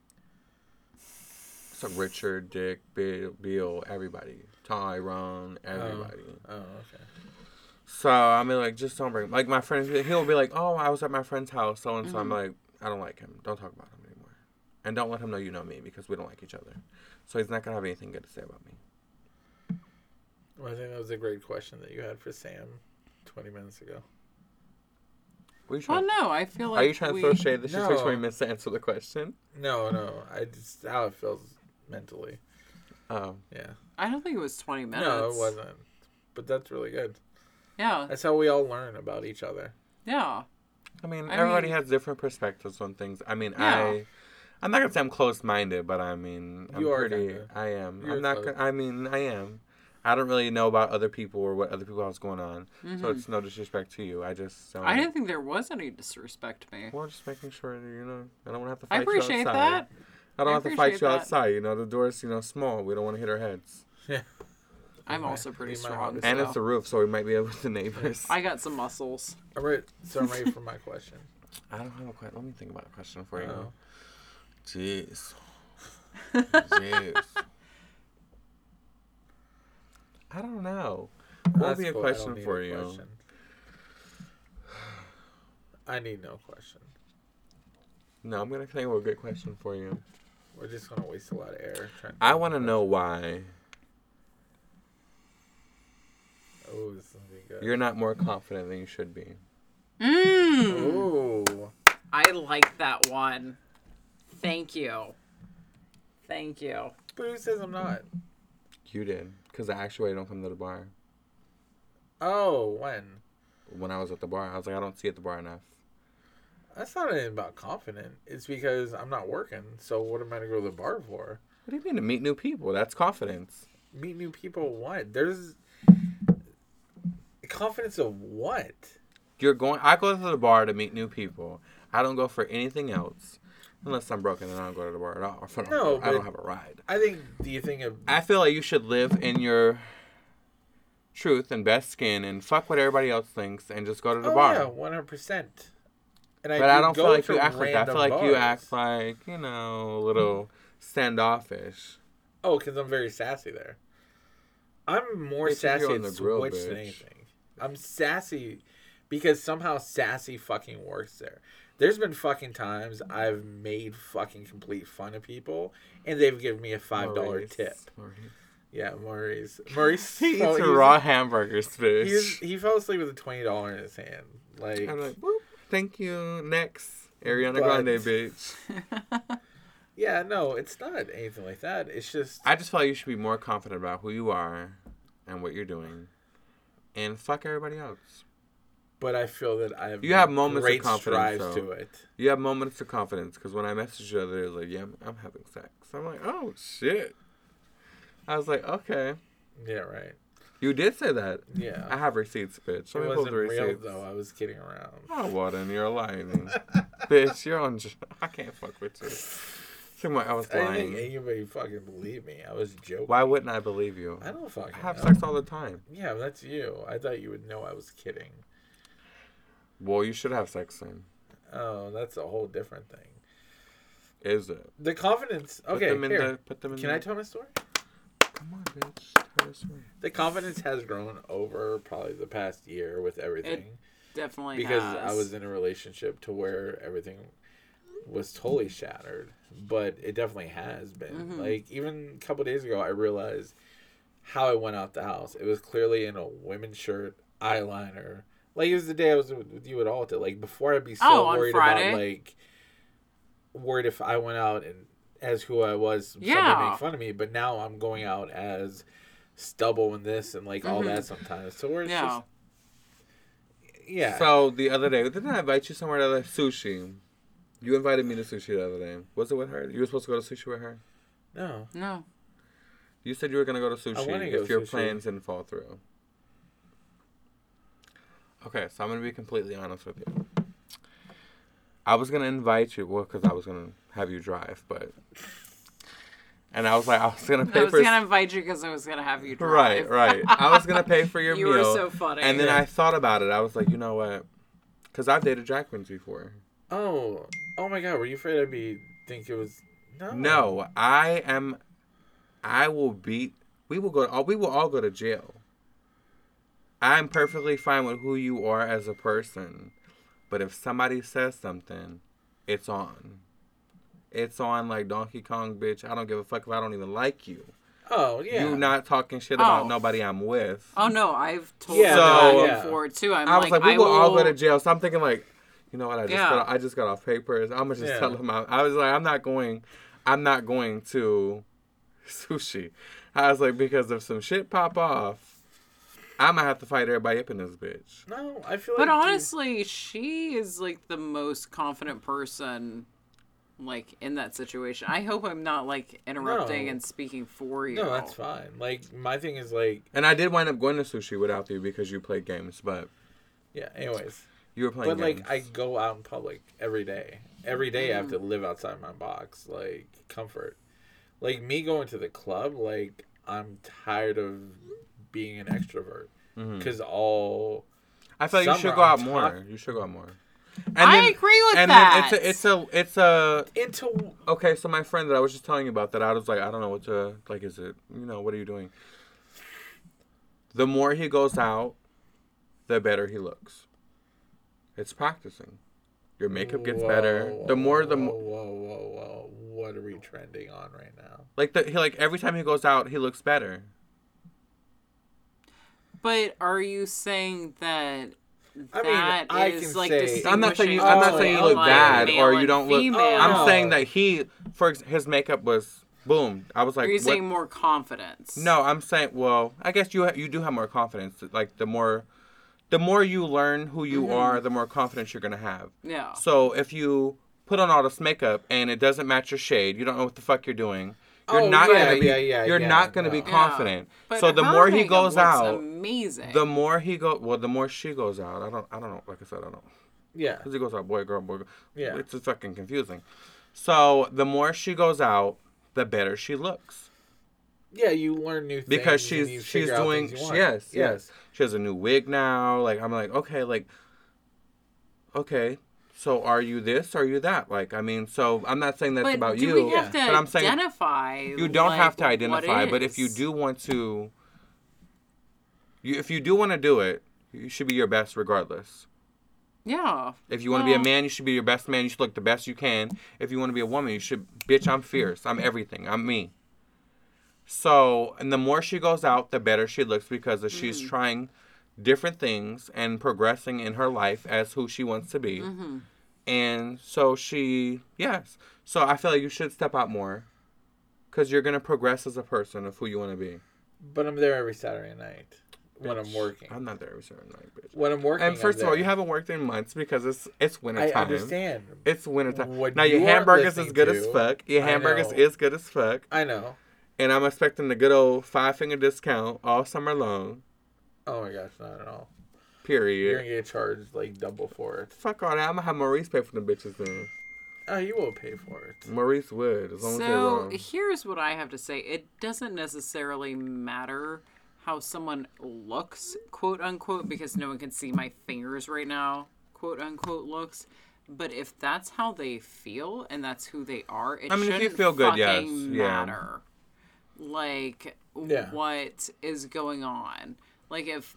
S2: So Richard, Dick, Bill, Bill everybody. Tyrone, everybody.
S3: Oh, okay.
S2: So I mean, like, just don't bring like my friends. He'll be like, "Oh, I was at my friend's house, so and so." I'm like, "I don't like him. Don't talk about him anymore, and don't let him know you know me because we don't like each other." So he's not gonna have anything good to say about me.
S3: Well, I think that was a great question that you had for Sam 20 minutes ago.
S2: What are you
S1: Well,
S2: trying?
S1: no, I feel like
S2: are you trying
S1: we,
S2: to throw shade that she takes
S3: No.
S2: 20 minutes to answer the question?
S3: No, no. I just, how it feels mentally.
S2: Oh,
S3: Yeah.
S1: I don't think it was twenty minutes.
S3: No, it wasn't. But that's really good.
S1: Yeah,
S3: That's how we all learn about each other.
S1: yeah.
S2: I mean,
S1: I
S2: everybody
S1: mean-
S2: has different perspectives on things. I mean,
S1: Yeah.
S2: I. I'm not gonna say I'm close-minded, but I mean, I'm
S3: You are
S2: pretty.
S3: kinda.
S2: I am.
S3: You're
S2: I'm not.
S3: close.
S2: Gonna, I mean, I am. I don't really know about other people or what other people has going on, so it's no disrespect to you. I just don't.
S1: Mm-hmm. I didn't think there was any disrespect to me.
S2: Well, just making sure that, you know, I don't want to have to
S1: I
S2: fight
S1: appreciate
S2: you outside.
S1: that.
S2: I don't
S1: I
S2: have to fight you
S1: appreciate that.
S2: outside. You know, the door's you know small. We don't want to hit our heads,
S1: I'm
S3: might-
S1: also pretty
S3: you might
S1: strong.
S3: have
S2: and
S1: so
S2: it's the roof, so we might be able to neighbors. I,
S1: I got some muscles.
S3: All right. So I'm ready for my question.
S2: don't have a question. Let me think about a question for you.
S3: Oh.
S2: Jeez, jeez. I don't know. What would
S3: That's
S2: be a
S3: cool. I don't
S2: question
S3: need
S2: for
S3: a
S2: you?
S3: question. I need no question.
S2: No, I'm gonna think of a good question for you.
S3: We're just gonna waste a lot of air. Trying
S2: I want to know why
S3: Oh, this is gonna be good.
S2: you're not more confident than you should be.
S1: Mmm.
S3: Ooh.
S1: I like that one. Thank you. Thank you.
S3: But who says I'm not?
S2: You did, because I actually don't come to the bar.
S3: Oh, when?
S2: when I was at the bar. I was like, I don't see at the bar enough.
S3: That's not anything about confident. It's because I'm not working. So what am I gonna go to the bar for?
S2: What do you mean to meet new people? That's confidence.
S3: Meet new people. What? There's confidence of what?
S2: You're going. I go to the bar to meet new people. I don't go for anything else, unless I'm broken and I don't go to the bar at all. If I don't,
S3: No,
S2: I don't
S3: but-
S2: have a ride.
S3: I think. Do you think of?
S2: I feel like you should live in your truth and best skin and fuck what everybody else thinks and just go to the
S3: oh
S2: bar.
S3: yeah, one hundred percent. And
S2: But I,
S3: do
S2: don't
S3: go
S2: feel like
S3: to
S2: you act like that. I feel like
S3: random
S2: you
S3: bars.
S2: act like you know a little standoffish.
S3: Oh, because I'm very sassy there. I'm more
S2: Bitch, if you're
S3: sassy
S2: on
S3: at
S2: the
S3: Switch
S2: grill,
S3: than
S2: bitch.
S3: anything. I'm sassy because somehow sassy fucking works there. There's been fucking times I've made fucking complete fun of people, and they've given me a five dollar
S2: Maurice.
S3: tip.
S2: Maurice.
S3: Yeah, Maurice. Maurice
S2: He eats
S3: fell- he was-
S2: raw hamburgers, bitch.
S3: he was- he fell asleep with a twenty dollar in his hand. Like,
S2: I'm like, Whoop, thank you. Next, Ariana
S3: But-
S2: Grande, bitch.
S3: yeah, no, it's not anything like that. It's just
S2: I just feel like you should be more confident about who you are and what you're doing, and fuck everybody else.
S3: but I feel that I have
S2: You have moments of
S3: great
S2: confidence,
S3: strides
S2: though.
S3: to it.
S2: You have moments of confidence because when I messaged you the other day, it was like, "Yeah, I'm, I'm having sex." I'm like, "Oh shit." I was like, "Okay,
S3: Yeah, right.
S2: you did say that."
S3: Yeah.
S2: I have receipts, bitch. Let me
S3: It
S2: pull
S3: wasn't
S2: the
S3: real
S2: receipts.
S3: though. I was kidding around.
S2: Oh, what? And you're lying, bitch. You're on. dr- I can't fuck with you. So I'm like, I was
S3: I didn't think
S2: lying.
S3: anybody fucking believed me. I was joking.
S2: Why wouldn't I believe you?
S3: I don't fucking
S2: I have
S3: know.
S2: sex all the time.
S3: Yeah, that's you. I thought you would know I was kidding.
S2: Well, you should have sex then.
S3: Oh, that's a whole different thing.
S2: Is it?
S3: The confidence.
S2: Put
S3: Okay,
S2: them in
S3: here.
S2: the. Put them in
S3: Can
S2: the,
S3: I tell my story?
S2: Come on, bitch. Tell us more.
S3: The confidence has grown over probably the past year with everything
S1: Definitely
S3: because
S1: has.
S3: I was in a relationship to where everything was totally shattered, but it definitely has been.
S1: Mm-hmm.
S3: Like even a couple days ago, I realized how I went out the house. It was clearly in a women's shirt, eyeliner. Like it was the day I was with with you at Alta. Like before, I'd be so
S1: Oh, on
S3: worried
S1: Friday?
S3: about like worried if I went out and as who I was, somebody
S1: Yeah.
S3: make fun of me. But now I'm going out as stubble and this and like all that sometimes. So we're
S1: Mm-hmm. yeah.
S3: just yeah.
S2: So the other day, didn't I invite you somewhere to like sushi? You invited me to sushi the other day. Was it with her? You were supposed to go to sushi with her.
S3: no.
S1: No.
S2: You said you were gonna go to sushi
S3: wanna go
S2: if your
S3: sushi.
S2: plans didn't fall through. Okay, so I'm gonna be completely honest with you. I was gonna invite you, well, because I was gonna have you drive, but, and I was like, I was gonna pay
S1: I was
S2: for
S1: gonna invite you because I was gonna have you drive.
S2: right, right. I was gonna pay for your
S1: You
S2: meal.
S1: were so funny.
S2: And then
S1: Yeah.
S2: I thought about it. I was like, you know what? Because I've dated drag queens before.
S3: Oh, oh my God! Were you afraid I'd be think it was no?
S2: No, I am. I will beat. We will go. all- We will all go to jail. I'm perfectly fine with who you are as a person, but if somebody says something, it's on. It's on like Donkey Kong, bitch. I don't give a fuck if I don't even like you.
S3: Oh yeah.
S2: You not talking shit about
S1: Oh.
S2: nobody I'm with.
S1: Oh no, I've told
S3: Yeah,
S1: yeah,
S2: no,
S1: that
S3: yeah.
S1: before too. I'm
S2: I was like, we
S1: I
S2: will, all go
S1: will-
S2: to jail. So I'm thinking like, you know what? I just
S1: Yeah.
S2: got off, I just got off papers. I'm gonna just
S3: Yeah.
S2: tell them. I, I was like, I'm not going. I'm not going to sushi. I was like, because if some shit pop off, I might have to fight everybody up in this bitch.
S3: No, I feel.
S1: But
S3: like you-
S1: honestly, she is like the most confident person like in that situation. I hope I'm not like interrupting
S3: No.
S1: and speaking for you.
S3: no, that's fine. Like my thing is like
S2: And I did wind up going to sushi without you because you played games, but
S3: yeah. Anyways,
S2: you were playing.
S3: but like
S2: games.
S3: I go out in public every day. Every day I have to live outside my box, like comfort. Like me going to the club, like I'm tired of being an extrovert
S2: Mm-hmm.
S3: because all
S2: I feel like you should
S3: Summer,
S2: go out
S3: I'm
S2: more.
S3: talking-
S2: You should go out more. And
S1: I agree with
S2: and
S1: that.
S2: Then it's a, it's a, it's a.
S3: into
S2: Okay, so my friend that I was just telling you about that I was like, I don't know what to like. Is it you know what are you doing? The more he goes out, the better he looks. It's practicing. Your makeup gets better.
S3: Whoa,
S2: The more the
S3: whoa,
S2: mo-
S3: whoa whoa whoa what are we trending on right now?
S2: like the he like every time he goes out, he looks better.
S1: But are you saying that
S3: I mean,
S1: that
S3: I
S1: is,
S3: can
S1: like
S3: say-
S2: I'm not saying
S1: distinguishing
S2: you, I'm not
S3: Oh,
S2: saying you
S1: between,
S2: look
S1: like,
S2: bad
S1: male
S2: or you
S1: and
S2: don't look.
S1: female?
S2: I'm
S3: Oh.
S2: saying that he for ex- his makeup was boom. I was like,
S1: Are you
S2: what-
S1: saying more confidence?
S2: No, I'm saying. Well, I guess you ha- you do have more confidence. Like the more, the more you learn who you
S3: Mm-hmm.
S2: are, the more confidence you're gonna have.
S1: Yeah.
S2: So if you put on all this makeup and it doesn't match your shade, you don't know what the fuck you're doing. You're
S3: Oh,
S2: not
S3: yeah,
S2: gonna be.
S3: yeah, yeah,
S2: you're
S3: yeah,
S2: not gonna be
S3: no.
S1: Yeah.
S2: confident.
S1: But
S2: So the
S1: her
S2: more he
S1: makeup
S2: goes
S1: looks
S2: out,
S1: amazing.
S2: the more he go. Well, the more she goes out. I don't. I don't know. Like I said, I don't.
S3: Yeah.
S2: Because he goes out, boy, girl, boy, girl.
S3: Yeah.
S2: It's just fucking confusing. So the more she goes out, the better she looks
S3: Yeah, you learn new things
S2: because
S3: and you
S2: she's she's
S3: figure out
S2: doing
S3: things you want.
S2: yes yes she has a new wig now like i'm like okay like okay so are you this are you that like i mean so i'm not saying that's
S1: but
S2: about
S1: do
S2: you
S1: we have to
S2: but i'm saying
S1: identify?
S2: you don't
S1: like,
S2: have to
S1: what
S2: identify but if you
S1: is?
S2: do want to you, if you do want to do it you should be your best regardless
S1: yeah.
S2: if you want to be a
S1: Well,
S2: man, you should be your best man. You should look the best you can. If you want to be a woman, you should, bitch, I'm fierce. I'm everything. I'm me. So, and the more she goes out, the better she looks because if she's trying different things and progressing in her life as who she wants to be. And so she, yes. So I feel like you should step out more because you're going to progress as a person of who you want to be.
S3: But I'm there every Saturday night when I'm
S2: Bitch,
S3: working.
S2: I'm not there every certain night, bitch.
S3: when I'm working.
S2: And first
S3: I'm
S2: of all,
S3: there.
S2: you haven't worked in months because it's it's winter
S3: I
S2: time.
S3: understand.
S2: It's wintertime.
S3: What
S2: now your
S3: you are
S2: hamburgers is
S3: listening
S2: good as
S3: to,
S2: fuck. Your
S3: I
S2: hamburgers
S3: know.
S2: is good as fuck,
S3: I know.
S2: and I'm expecting the good old five finger discount all summer long.
S3: Oh my gosh, not at all. You're
S2: Period.
S3: gonna get charged like double for it.
S2: Fuck all that. I'm gonna have Maurice pay for the bitches then.
S3: Oh, you will pay for it.
S2: Maurice would, as long
S1: So
S2: as
S1: here's what I have to say. It doesn't necessarily matter how someone looks, quote unquote, because no one can see my fingers right now, quote unquote looks. But if that's how they feel and that's who they are, it
S2: I mean, if you
S1: shouldn't
S2: feel good, yes,
S1: fucking
S2: yeah.
S1: matter. Like
S3: Yeah.
S1: what is going on? Like if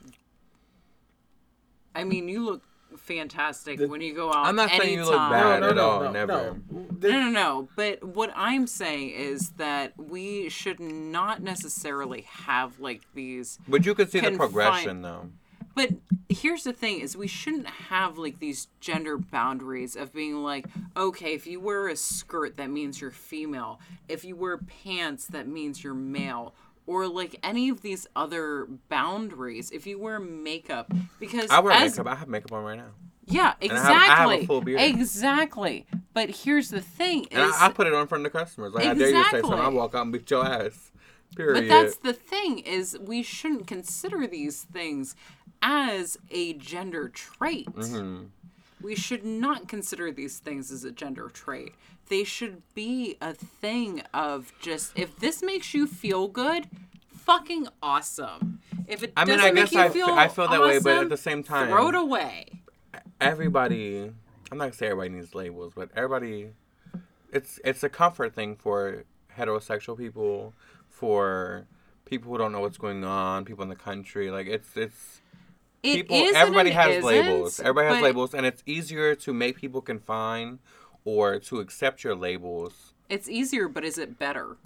S1: I mean, you look fantastic when you go out.
S2: I'm not saying you look
S1: anytime.
S2: bad. Not
S3: no,
S2: at
S3: no,
S2: all,
S3: no,
S2: never.
S3: no.
S1: No,
S3: The-
S1: no, no. But what I'm saying is that we should not necessarily have like these.
S2: But you could see the
S1: Can
S2: progression though.
S1: But here's the thing: is we shouldn't have like these gender boundaries of being like, okay, if you wear a skirt, that means you're female. If you wear pants, that means you're male. Or like any of these other boundaries. If you wear makeup, because
S2: I wear
S1: as
S2: makeup. I have makeup on right now,
S1: yeah,
S2: I have- I have a
S1: exactly,
S2: full beard.
S1: exactly. But here's the thing:
S2: and
S1: is
S2: I, I put it on in front of the customers. Like I dare you to say something. I
S1: Exactly.
S2: walk out and beat your ass. Period.
S1: But that's the thing is we shouldn't consider these things as a gender trait.
S2: Mhm.
S1: We should not consider these things as a gender trait. They should be a thing of just if this makes you feel good, fucking awesome. If it
S2: I mean,
S1: doesn't
S2: I
S1: make
S2: guess
S1: you
S2: I f-
S1: feel
S2: I feel that way, but at
S1: awesome,
S2: the same time-
S1: throw it away.
S2: everybody i'm not gonna say everybody needs labels but everybody it's it's a comfort thing for heterosexual people for people who don't know what's going on people in the country like it's it's
S1: It
S2: people
S1: is and
S2: everybody
S1: it
S2: has
S1: isn't,
S2: labels everybody has
S1: but
S2: labels and it's easier to make people confine or to accept your labels
S1: It's easier, but is it better?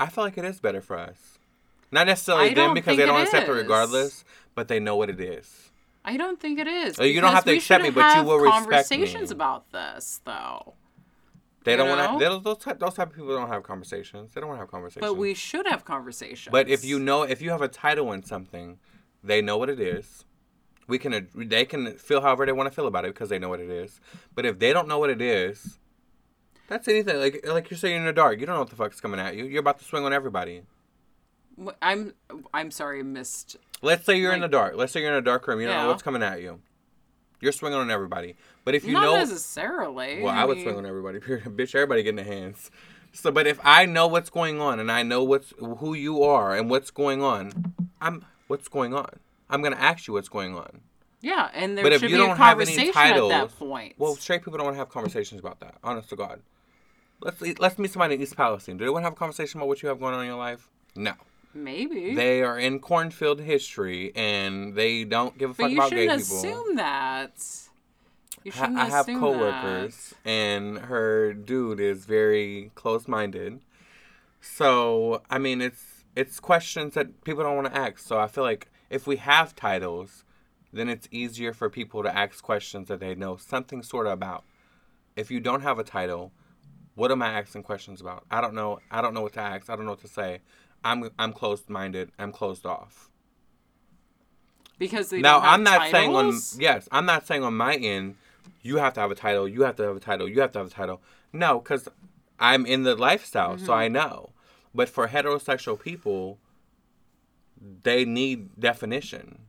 S2: i feel like it is better for us not necessarily
S1: I
S2: them
S1: don't
S2: because
S1: think
S2: they
S1: it
S2: don't accept it
S1: is.
S2: regardless but they know what it is
S1: I don't think it is.
S2: Uh, you don't
S1: because
S2: have to
S1: we
S2: accept me,
S1: should
S2: but you
S1: have
S2: will respect me.
S1: conversations about this, though.
S2: they
S1: You
S2: don't
S1: know?
S2: want to those, type- those type of people don't have conversations they don't want to have conversations
S1: But we should have conversations.
S2: But if you know, if you have a title in something, they know what it is. We can, ad- they can feel however they want to feel about it because they know what it is. But if they don't know what it is, that's anything. Like, like you're saying in the dark, you don't know what the fuck's coming at you. You're about to swing on everybody.
S1: Wh- I'm I'm sorry, I missed.
S2: Let's say you're in the dark. Let's say you're in a dark room. You don't
S1: Yeah.
S2: know what's coming at you. You're swinging on everybody. But if you
S1: Not
S2: know,
S1: necessarily.
S2: well, I would
S1: mean,
S2: swing on everybody. Period. Bitch, everybody getting the hands. So, but if I know what's going on and I know what's who you are and what's going on, I'm what's going on. I'm gonna ask you what's going on.
S1: Yeah, and there
S2: But if
S1: should
S2: you
S1: be
S2: don't
S1: a
S2: have any
S1: conversation
S2: titles-
S1: at that point.
S2: Well, straight people don't want to have conversations about that. Honest to God, let's let's meet somebody in East Palestine. Do they want to have a conversation about what you have going on in your life? No,
S1: maybe.
S2: they are in cornfield history and they don't give a fuck
S1: but you
S2: about gay
S1: shouldn't
S2: people.
S1: assume that. You
S2: Ha-
S1: shouldn't
S2: I have
S1: assume
S2: coworkers,
S1: that.
S2: and her dude is very close-minded. So I mean, it's it's questions that people don't want to ask. So I feel like if we have titles, then it's easier for people to ask questions that they know something sort of about. If you don't have a title, what am I asking questions about? I don't know. I don't know what to ask. I don't know what to say. I'm I'm closed-minded. I'm closed off.
S1: because they
S2: Now
S1: don't have
S2: I'm not saying on
S1: titles?
S2: yes, I'm not saying on my end, you have to have a title, you have to have a title, you have to have a title. No, because I'm in the lifestyle, so
S1: Mm-hmm.
S2: I know. But for heterosexual people, they need definition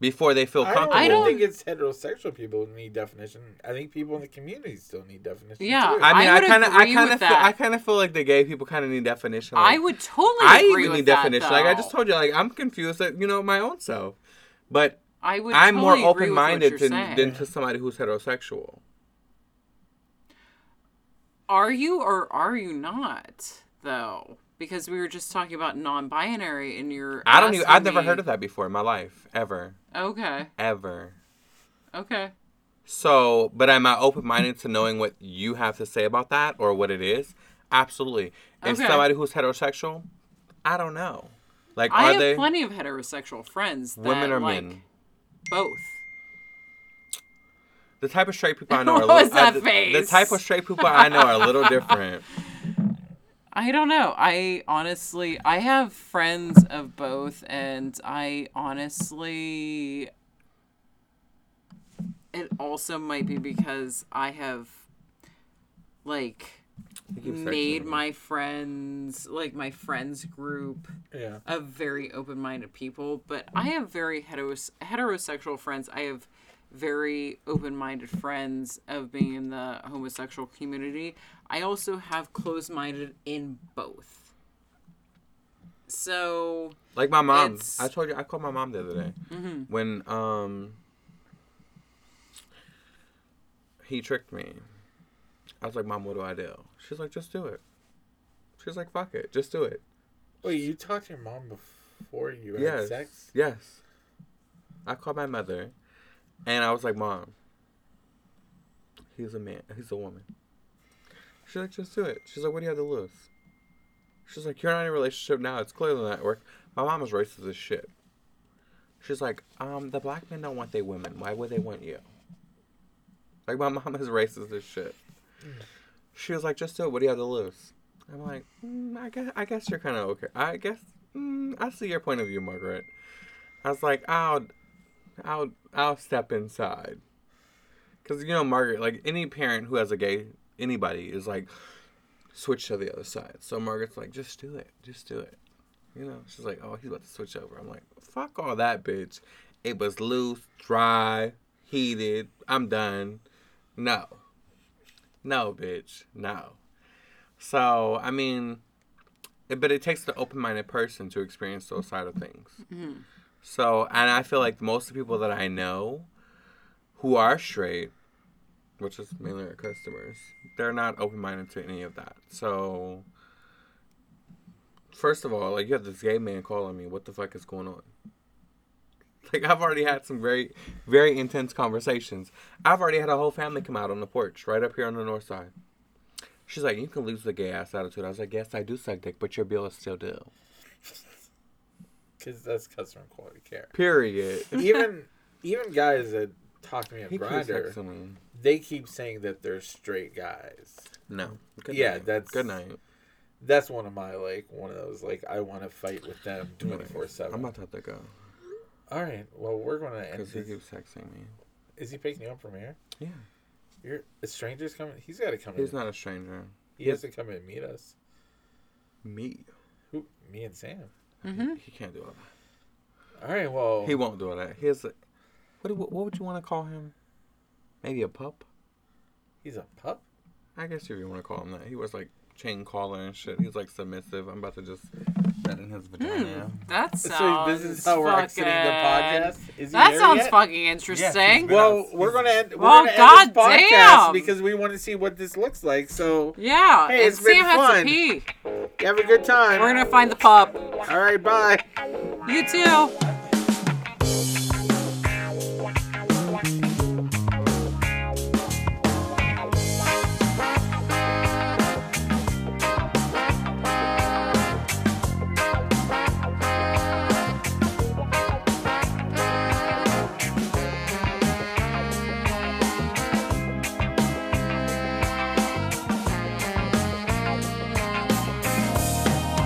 S2: before they feel
S3: I don't,
S2: comfortable.
S1: I don't-
S3: think it's heterosexual people who need definition. I think people in the community still need definition.
S1: Yeah,
S3: too.
S2: I
S1: I
S2: mean, I
S1: would
S2: kind of, I
S1: agree
S2: kind
S1: with
S2: of, feel,
S1: that.
S2: I kind of feel like the gay people kind of need definition. like-
S1: I would totally.
S2: I
S1: agree
S2: even
S1: with
S2: need
S1: that,
S2: definition. like I just
S1: though.
S2: told you, like I'm confused at you know my own self, but
S1: I would.
S2: I'm
S1: totally
S2: more
S1: agree with
S2: open
S1: what
S2: minded
S1: you're
S2: than,
S1: saying.
S2: than to somebody who's heterosexual.
S1: Are you or are you not though? Because we were just talking about non-binary, and you're.
S2: I don't even.
S1: asking
S2: I've never
S1: me-
S2: heard of that before in my life, ever,
S1: Okay.
S2: ever.
S1: Okay.
S2: So, but am I open minded to knowing what you have to say about that or what it is? Absolutely. If
S1: Okay.
S2: somebody who's heterosexual, I don't know. Like,
S1: I
S2: are
S1: have
S2: they
S1: plenty of heterosexual friends. That,
S2: women or
S1: like,
S2: men?
S1: Both.
S2: The type of straight people I know are a
S1: What
S2: little.
S1: was that
S2: uh, the- The
S1: face?
S2: type of straight people I know are a little different.
S1: I don't know. I honestly, I have friends of both, and I honestly, it also might be because I have, like,
S2: You keep
S1: made
S2: sectioning me.
S1: my friends, like my friends group
S3: Yeah.
S1: of very open-minded people, but I have very heteros- heterosexual friends. I have very open-minded friends of being in the homosexual community. I also have closed-minded in both. So
S2: Like my mom.
S1: It's-
S2: I told you I called my mom the other day when um he tricked me. I was like, "Mom, what do I do?" She's like, "Just do it." She's like, "Fuck it, just do it."
S3: Wait, you talked to your mom before you had
S2: yes,
S3: sex?
S2: yes. I called my mother, and I was like, "Mom, he's a man. He's a woman." She's like, "Just do it." She's like, "What do you have to lose?" She's like, "You're not in a relationship now. It's clearly not work." My mom is racist as shit. She's like, um, the black men don't want their women. Why would they want you? Like, my mom is racist as shit.
S3: Mm.
S2: She was like, just do it. What do you have to lose? I'm like, mm, I guess, I guess you're kind of okay. I guess, mm, I see your point of view, Margaret. I was like, I'll, I'll, I'll step inside. Cause you know, Margaret, like any parent who has a gay anybody is like, switch to the other side. So Margaret's like, just do it, just do it. You know, she's like, oh, he's about to switch over. I'm like, fuck all that, bitch. It was loose, dry, heated. I'm done. No. No, bitch. No. So, I mean, it- but it takes an open minded person to experience those side of things. So, and I feel like most of the people that I know who are straight, which is mainly our customers, they're not open minded to any of that. So, first of all, like you have this gay man calling me, what the fuck is going on? Like I've already had some very, very intense conversations. I've already had a whole family come out on the porch right up here on the north side. She's like, you can lose the gay ass attitude. I was like, yes, I do suck dick, but your bill is still due.
S3: Because that's customer quality care.
S2: Period.
S3: Even even guys that talk to me on
S2: He keeps
S3: Grinder,
S2: texting me.
S3: they keep saying that they're straight guys.
S2: No. Good
S3: Yeah,
S2: night.
S3: that's-
S2: good night.
S3: That's one of my like one of those like I want to fight with them twenty four
S2: I'm
S3: seven.
S2: about to have to go
S3: All right, well we're gonna end.
S2: because he
S3: This.
S2: keeps texting me.
S3: Is he picking you up from here?
S2: Yeah,
S3: You're a stranger's coming. He's got to come
S2: he's
S3: in.
S2: not a stranger.
S3: he has to come in and meet us.
S2: Me,
S3: Who? Me and Sam.
S2: he can't do all that.
S3: All right. Well,
S2: He won't do all that. He's a, what, do- what? What would you want to call him? Maybe a pup.
S3: he's a pup.
S2: I guess if you want to call him that. He was like chain collar and shit. He's like submissive. I'm about to just that in his vagina.
S1: That sounds.
S3: so this is how we're
S1: fucking...
S3: exiting the podcast. Is he
S1: That
S3: there
S1: sounds
S3: yet?
S1: fucking interesting.
S2: been-
S3: Well,
S2: Yes,
S3: we're
S2: he's-
S3: gonna end. We're
S1: Well,
S3: gonna end this podcast
S1: goddamn.
S3: because we want to see what this looks like. So
S1: yeah,
S3: Hey,
S1: and
S3: it's been
S1: Sam has
S3: fun.
S1: to pee.
S3: have a good time.
S1: We're gonna find the pup.
S3: All right. Bye.
S1: You too.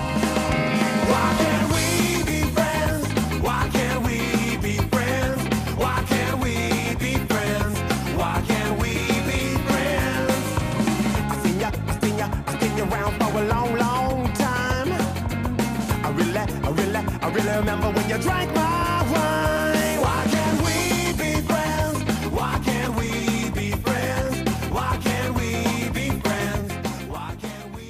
S4: Why can't we be friends? Why can't we be friends? Why can't we be friends? Why can't we be friends? I seen ya, I seen ya, I seen you around for a long, long time. I really, I really, I really remember when you drank my wine.